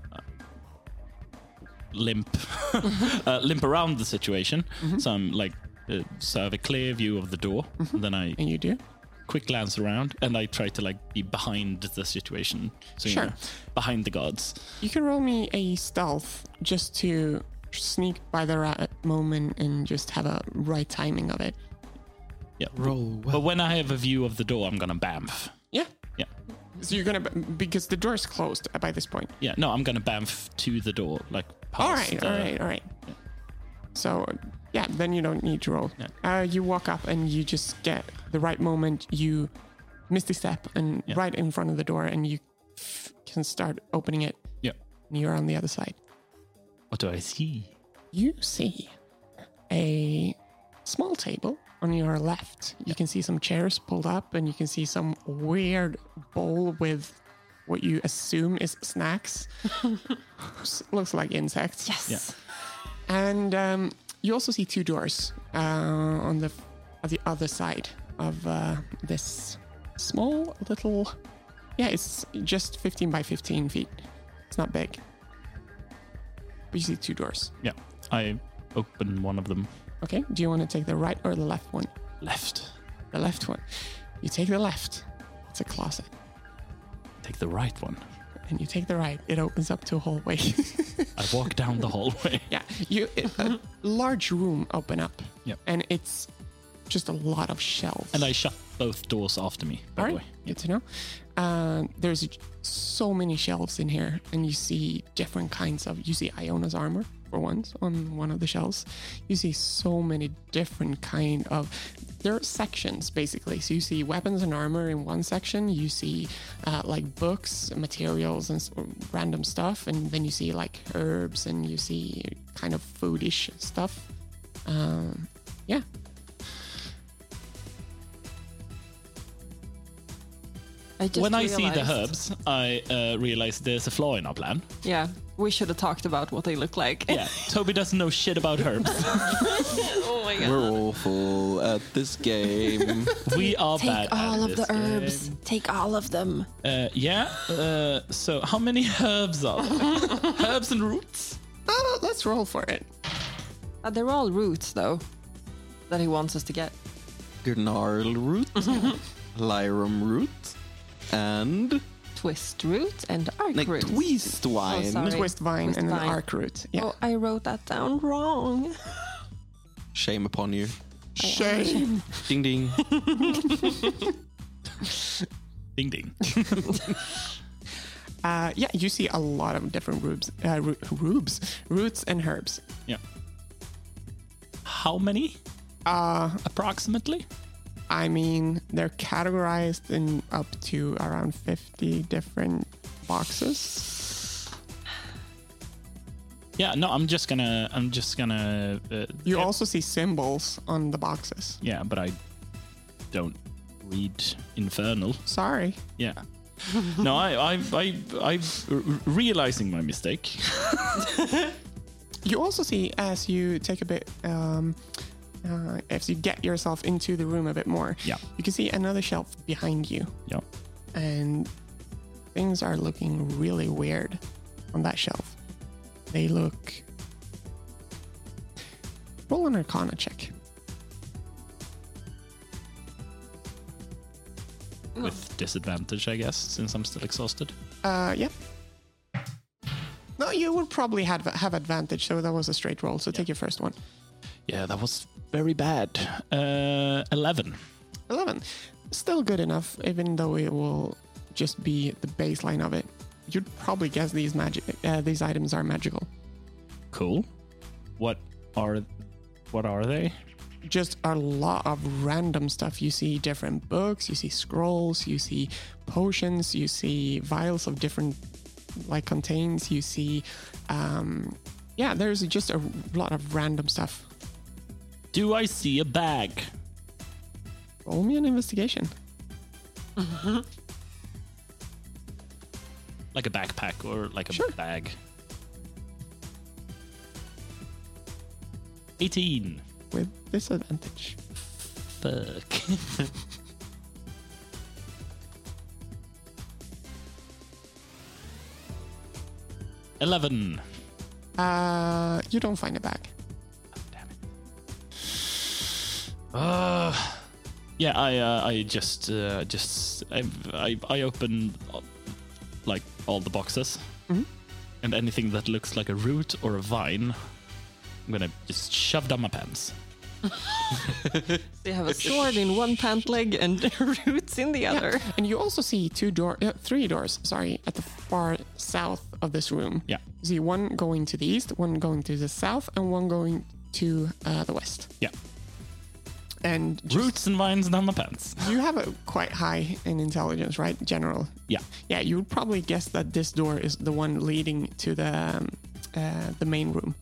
C: limp (laughs) uh, limp around the situation.
H: Mm-hmm.
C: So I'm like uh, so I have a clear view of the door.
H: Mm-hmm.
C: Then I
G: And you do.
C: quick glance around and I try to like be behind the situation. So you
G: Sure.
C: know, behind the guards.
G: You can roll me a stealth just to sneak by the right moment and just have a right timing of it.
C: Yeah. Roll. But when I have a view of the door, I'm gonna bamf.
G: Yeah.
C: Yeah.
G: So you're gonna because the door's closed by this point.
C: Yeah. No, I'm gonna bamf to the door, like past
G: All right,
C: the-
G: all right, all right. So, yeah, then you don't need to roll. Uh, you walk up and you just get the right moment. You misty step and right in front of the door, and you f- can start opening it.
C: Yeah.
G: And you're on the other side.
C: What do I see?
G: You see a small table on your left. You can see some chairs pulled up, and you can see some weird bowl with what you assume is snacks. (laughs) S- Looks like insects.
D: Yes.
G: And um, you also see two doors uh, on the at the other side of uh, this small little. Yeah, it's just 15 by 15 feet. It's not big. But you see two doors.
C: Yeah. I open one of them.
G: Okay, do you want to take the right or the left one?
C: Left.
G: The left one. You take the left. It's a closet.
C: Take the right one.
G: And you take the right. It opens up to a (laughs) hallway.
C: I walk (laughs) down the hallway.
G: yeah, (laughs) you a
C: Mm-hmm.
G: large room open up.
C: Yep.
G: And it's just a lot of shelves.
C: And I shut both doors after me, by
G: All
C: the
G: right,
C: way.
G: good to know. Uh, there's so many shelves in here, and you see different kinds of. You see Iona's armor, for for once on one of the shelves you see so many different kind of there are sections basically so you see weapons and armor in one section you see uh, like books materials and s- random stuff and then you see like herbs and you see kind of foodish stuff um, yeah
D: I just
C: when I see the
D: realized-
C: herbs, I uh, realize there's a flaw in our plan.
D: Yeah, we should have talked about what they look like.
C: Yeah, Toby doesn't know shit about herbs.
D: (laughs) oh my god.
E: We're awful at this game.
C: We are
D: Take
C: bad.
D: all
C: at
D: of the
C: this
D: herbs.
C: game.
D: Take all of them.
C: Uh, yeah. Uh, so how many herbs are
D: (laughs)
C: there? herbs and roots?
G: Oh, let's roll for it
D: Uh, they're all roots, though, that he wants us to get.
E: Gnarl root, Lyrum root, and
D: Twist root and arc
E: like
D: root.
E: twist wine.
D: sorry. Right.
G: twist vine
D: Twist
G: and an
D: vine.
G: arc root yeah
D: Oh, I wrote that down wrong.
E: Shame upon you.
G: shame
E: Ding ding.
C: Ding ding.
G: uh, yeah you see a lot of different rubes uh, ru- rubes roots and herbs
C: Yeah. How many?
G: uh,
C: Approximately?
G: I mean, they're categorized in up to around 50 different boxes.
C: Yeah. No, I'm just gonna. I'm just gonna. Uh,
G: You
C: yeah,
G: also see symbols on the boxes.
C: Yeah, but I don't read infernal.
G: Sorry.
C: Yeah. (laughs) No, I, I, I, I, r- realizing my mistake.
G: You also see as you take a bit, um, uh, as you get yourself into the room a bit more,
C: Yeah.
G: you can see another shelf behind you,
C: Yeah.
G: and things are looking really weird on that shelf. They look. Roll an Arcana check.
C: With disadvantage, I guess, since I'm still exhausted.
G: Uh, yep. No, you would probably have have advantage, so that was a straight roll. So take your first one.
C: Yeah, that was very bad. Uh, Eleven.
G: Eleven, still good enough, even though it will just be the baseline of it. You'd probably guess these magic uh, these items are magical.
C: Cool. What are, what are they?
G: Just a lot of random stuff. You see different books, you see scrolls, you see potions, you see vials of different like contains. You see, um, yeah, there's just a lot of random stuff.
C: Do I see a bag?
G: Roll me an investigation.
C: Like a backpack or like a
G: Sure.
C: bag? Eighteen.
G: with disadvantage.
C: Fuck. (laughs) Eleven.
G: Uh, you don't find it back.
C: Damn it. Uh, yeah, I uh, I just uh, just I, I I open uh, like all the boxes and anything that looks like a root or a vine. I'm gonna just shove down my pants.
D: They have a sword in one pant leg and (laughs) roots in the other.
G: And you also see two door, uh, three doors. Sorry, at the far south of this room.
C: Yeah.
G: You see one going to the east, one going to the south, and one going to uh, the west.
C: Yeah,
G: And just-
C: roots and vines down my pants.
G: you have a quite high in intelligence, right? General.
C: Yeah,
G: Yeah, you would probably guess that this door is the one leading to the um, uh, the main room,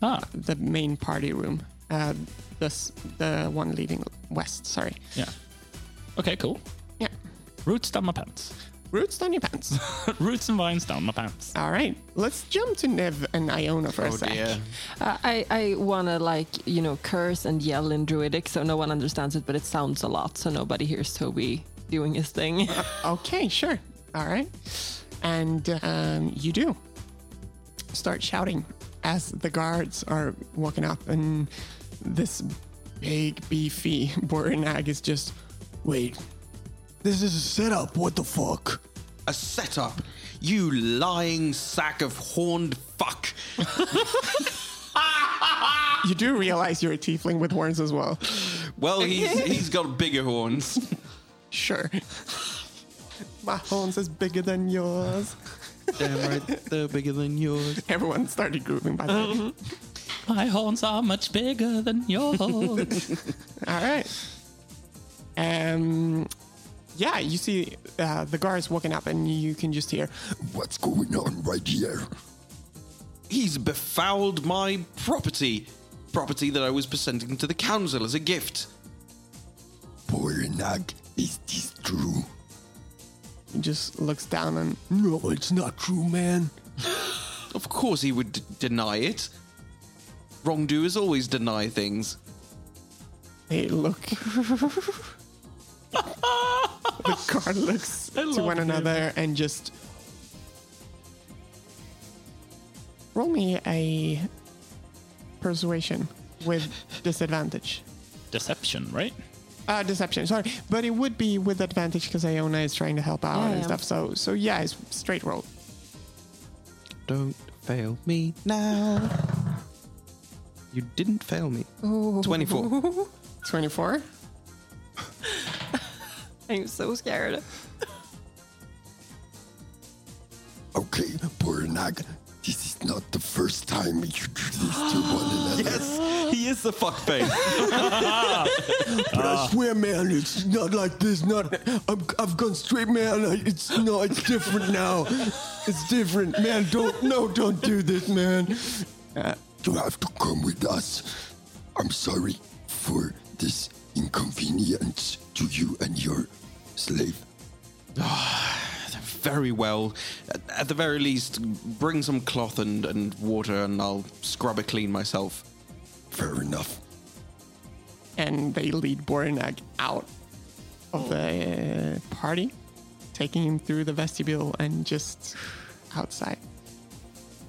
C: ah,
G: the main party room. Uh, this the one leading west. Sorry.
C: yeah. Okay, cool.
G: Yeah.
C: Roots down my pants. (laughs)
G: Roots down your pants.
C: roots and vines down my pants.
G: All right, let's jump to Nev and Iona for a sec.
D: Uh, I, I want to, like, you know, curse and yell in Druidic so no one understands it, but it sounds a lot so nobody hears Toby doing his thing.
C: (laughs)
G: Okay, sure. All right, and um, you do start shouting as the guards are walking up, and this big beefy (laughs) Borinag is just
A: Wait, this is a setup. What the fuck?
E: A setup. You lying sack of horned fuck.
G: you do realize you're a tiefling with horns as well.
E: Well, he's he's got bigger horns.
G: (laughs) Sure. My horns is bigger than yours.
E: Damn right, they're bigger than yours.
G: Everyone started grooving by then.
H: My horns are much bigger than
C: (laughs)
H: yours.
G: All right. Um, yeah, you see uh, the guards walking up, and you can just hear,
A: (laughs) What's going on right here?
E: He's befouled my property. Property that I was presenting to the council as a gift.
A: Porinag, is this true?
G: he just looks down and
A: No, it's not true, man.
E: Of course he would d- deny it. Wrongdoers always deny things.
G: they look. the guard looks to one another and just. Roll me a persuasion with disadvantage.
C: Deception, right?
G: Uh, deception, sorry. But it would be with advantage because Iona is trying to help out
D: Yeah,
G: and
D: yeah.
G: stuff. So, so yeah, it's straight roll.
E: Don't fail me now. You didn't fail me. 24.
G: 24?
D: (laughs) I'm so scared.
A: Okay, Porinag, this is not the first time you do this to (gasps) one another.
E: yes, he is the fuckface.
A: But I swear, man, it's not like this. Not I'm, I've gone straight, man. I, it's no, it's different now. It's different, man. Don't no, don't do this, man. You have to come with us. I'm sorry for this inconvenience to you and your slave.
E: Very well. At, at the very least, bring some cloth and, and water and I'll scrub it clean myself.
A: Fair enough.
G: And they lead Borinag out of the uh, party, taking him through the vestibule and just outside.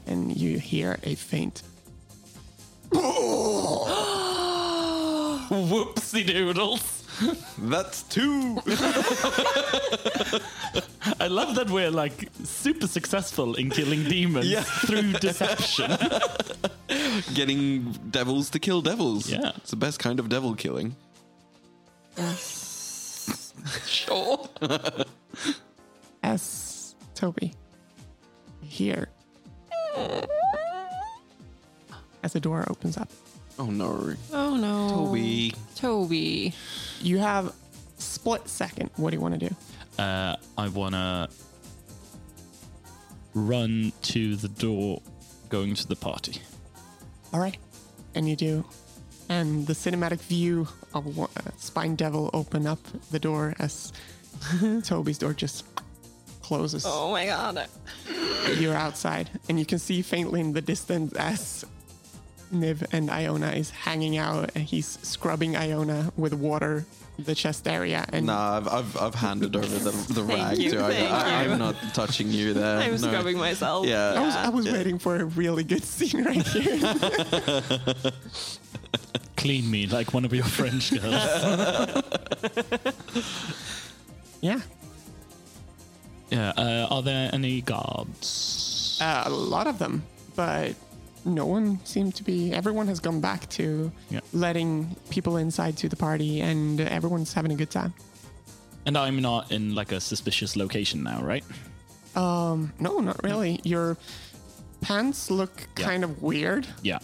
G: And you hear a faint.
H: Whoopsie doodles.
E: That's two.
C: I love that we're like super successful in (laughs) killing demons (laughs) through deception.
E: Getting devils to kill devils.
C: Yeah.
E: It's the best kind of devil killing.
D: Sure.
G: S. Toby. Here. As the door opens up,
E: Oh no.
D: (laughs) Oh no.
E: Toby.
D: Toby.
G: you have split second. What do you want to do?
C: Uh, I wanna run to the door, going to the party.
G: All right. And you do. And the cinematic view of wa- uh, Spine Devil open up the door as Toby's door just closes.
D: Oh my god.
G: You're outside, and you can see faintly in the distance as Niv and Iona is hanging out, and he's scrubbing Iona with water, the chest area, and
E: Nah, I've, I've, I've handed over the, the
D: Thank
E: rag
D: you,
E: to I,
D: thank
E: I,
D: you.
E: am not touching you
D: (laughs)
E: there.
D: I'm
E: no.
D: scrubbing myself.
E: Yeah.
G: I was, I was waiting for a really good scene right
E: (laughs)
G: here.
C: Clean me like one of your (laughs) French girls.
G: yeah,
C: yeah. Uh, are there any guards?
G: uh, a lot of them, but no one seemed to be. Everyone has gone back to
C: Yeah.
G: letting people inside to the party, and everyone's having a good time.
C: And I'm not in like a suspicious location now, right?
G: No, not really. Your pants look
C: Yeah. Uh,
G: kind of weird,
C: Yeah.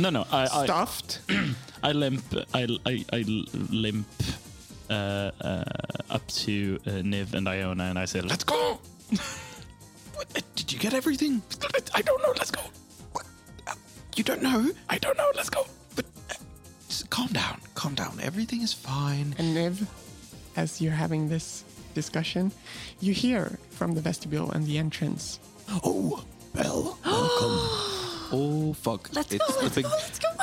C: No, no. I, I,
G: stuffed.
C: I limp. I, I, I limp uh, uh, up to uh, Niv and Iona, and I say, "Let's go."
E: (laughs) Did you get everything?
H: I don't know. Let's go.
E: You don't know?
H: I don't know. Let's go.
E: But uh, just calm down. Calm down. Everything is fine.
G: And Niv, as you're having this discussion, you hear from the vestibule and the entrance.
A: Oh, Bell, welcome.
E: (gasps) Oh fuck! Let's it's the big, the-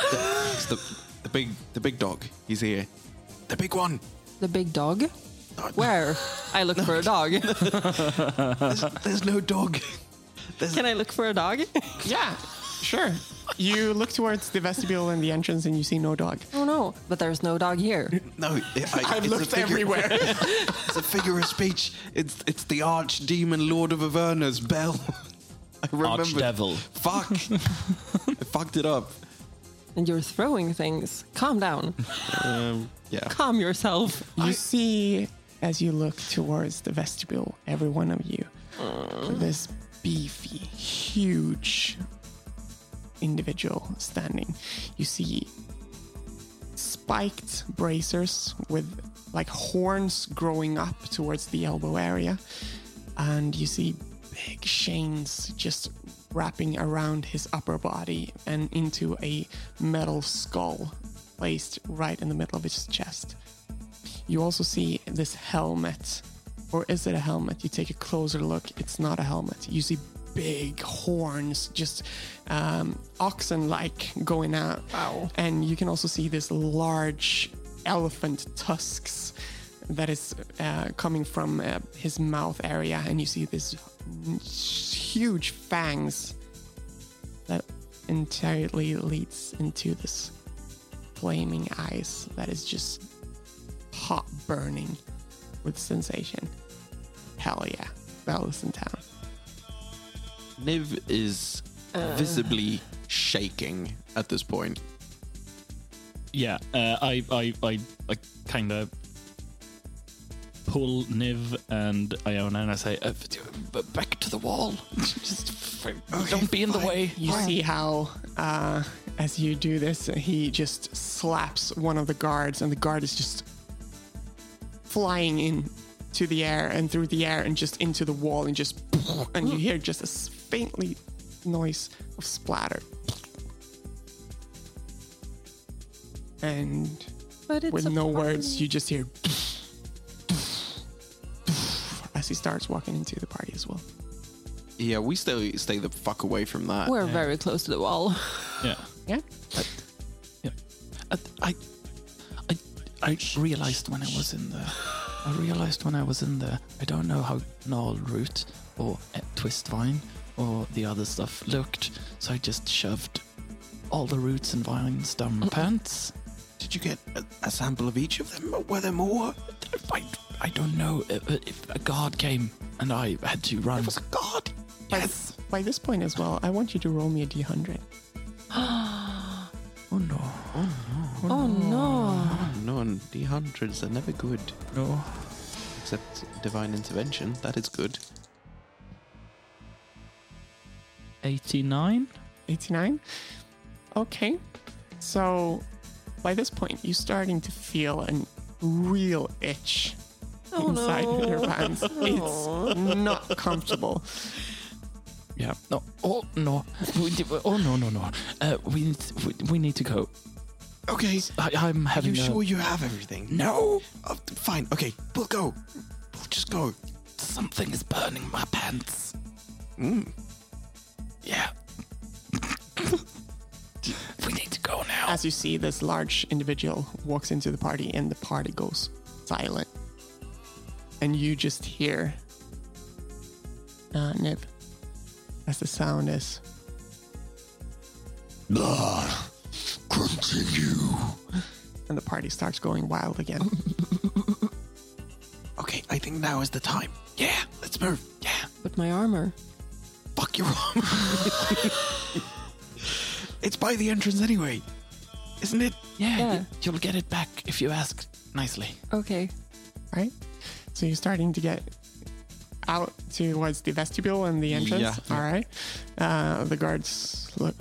E: it's the, the big, the big dog. He's here. The big one.
D: The big dog? Where? I look for a dog.
E: There's, there's no dog. There's,
D: (laughs) Can I look for a dog?
G: Yeah, sure. You look towards the vestibule and the entrance, and you see no dog.
D: Oh no. But there's no dog here.
E: (laughs) no, it- I,
G: I've
E: it's a
G: looked
E: figure-
G: everywhere.
E: (laughs) It's a figure of speech. It's it's the archdemon Lord of Avernus, Bell. (laughs) I remember.
C: Archdevil.
E: (laughs) Fuck! I fucked it up.
D: And you're throwing things. Calm (laughs) down.
E: Yeah.
D: Calm yourself.
G: You see, as you look towards the vestibule, every one of you, this beefy, huge individual standing. You see spiked bracers with like horns growing up towards the elbow area, and you see big chains just wrapping around his upper body and into a metal skull placed right in the middle of his chest. You also see this helmet, or is it a helmet? You take a closer look, it's not a helmet. You see big horns, just um, oxen like going out. Wow. And you can also see this large elephant tusks that is uh, coming from uh, his mouth area, and you see this huge fangs that entirely leads into this flaming eyes that is just hot burning with sensation. Hell yeah, that was in town.
E: Niv is visibly shaking at this point.
C: Yeah, uh, I, I, I, I kind of pull Niv and Iona and I say, uh, b- back to the wall. (laughs) Just f- don't be in the way.
G: You see how, uh, as you do this, he just slaps one of the guards, and the guard is just flying in to the air and through the air and just into the wall, and just and you hear just a s- faintly noise of splatter. And
D: But it's
G: with
D: a
G: no
D: party.
G: words, you just hear (laughs) as he starts walking into the party as well.
E: Yeah, we stay stay the fuck away from that.
D: (laughs) We're very close to the wall.
C: Yeah.
G: Yeah.
H: Yeah. I, I, I, I realized when I was in there. I realized when I was in there. I don't know how Gnarl Root or eh, Twist Vine or the other stuff looked, so I just shoved all the roots and vines down my pants.
E: Mm. Did you get a, a sample of each of them? Were there more?
H: I, I don't know if, if a guard came and I had to run.
E: God,
G: Yes. By this point as well, I want you to roll me a d100.
H: Oh no!
D: Oh no.
E: no, and D hundreds are never good
H: No!
E: except divine intervention. That is good.
H: 89.
G: 89. Okay. So by this point, you're starting to feel a real itch
D: Oh,
G: inside your pants. It's not comfortable.
H: Yeah. No. Oh no. We di- oh no no no. Uh, we need we, we need to go.
E: Okay,
H: I, I'm having.
E: you
H: a-
E: sure you have everything?
H: No.
E: Oh, fine. Okay, we'll go. We'll just go.
H: Something is burning my pants.
E: Mm.
H: Yeah. (laughs) we need to go now.
G: As you see, this large individual walks into the party and the party goes silent. And you just hear uh, Nib as the sound is.
A: Continue.
G: And the party starts going wild again. (laughs)
E: Okay, I think now is the time. Yeah, let's move. Yeah,
D: But my armor.
E: fuck your arm. (laughs) it's by the entrance anyway, isn't it?
H: Yeah.
D: Yeah.
H: y- You'll get it back if you ask nicely.
D: Okay.
G: right? So you're starting to get out towards the vestibule and the entrance.
E: Yeah.
G: All right. Uh, the guards look.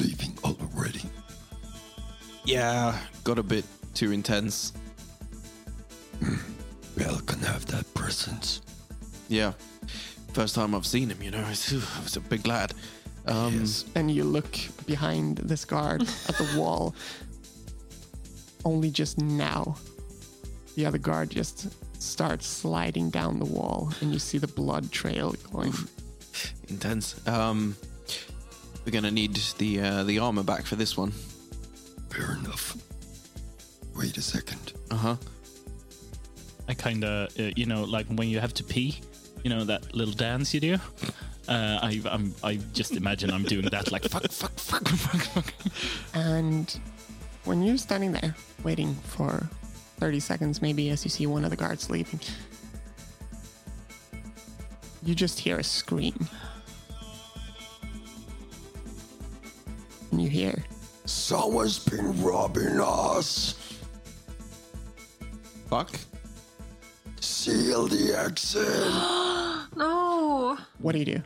A: Leaving already.
E: Yeah, got a bit too intense.
A: Bell can have that presence.
E: Yeah, first time I've seen him. You know, it's, I was a big lad. Um,
G: And you look behind this guard at the wall. Only just now, the other guard just starts sliding down the wall, and you see the blood trail going.
E: intense. Um, we're gonna need the uh, the armor back for this one.
A: Fair enough. Wait a second.
E: Uh huh.
C: I kind of, uh, you know, like when you have to pee, you know, that little dance you do. Uh, I, I'm, I just imagine I'm doing that, like fuck, fuck, fuck, fuck, fuck.
G: And when you're standing there waiting for 30 seconds, maybe as you see one of the guards leaving, you just hear a scream. And you hear,
A: Someone's been robbing us.
E: Fuck.
A: Seal the exit.
D: No.
G: What do you do?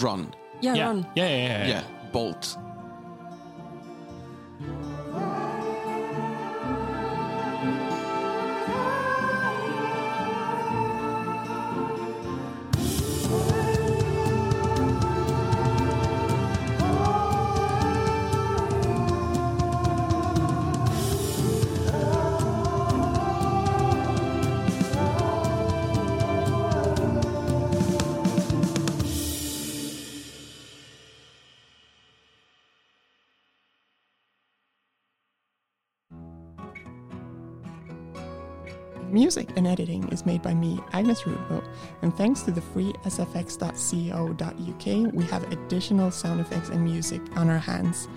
E: Run.
D: Yeah,
C: Yeah.
D: run.
C: Yeah, yeah, yeah, yeah.
E: Yeah, bolt.
G: Music and editing is made by me, Agnes Rudbo, and thanks to the free sfx.co.uk, we have additional sound effects and music on our hands.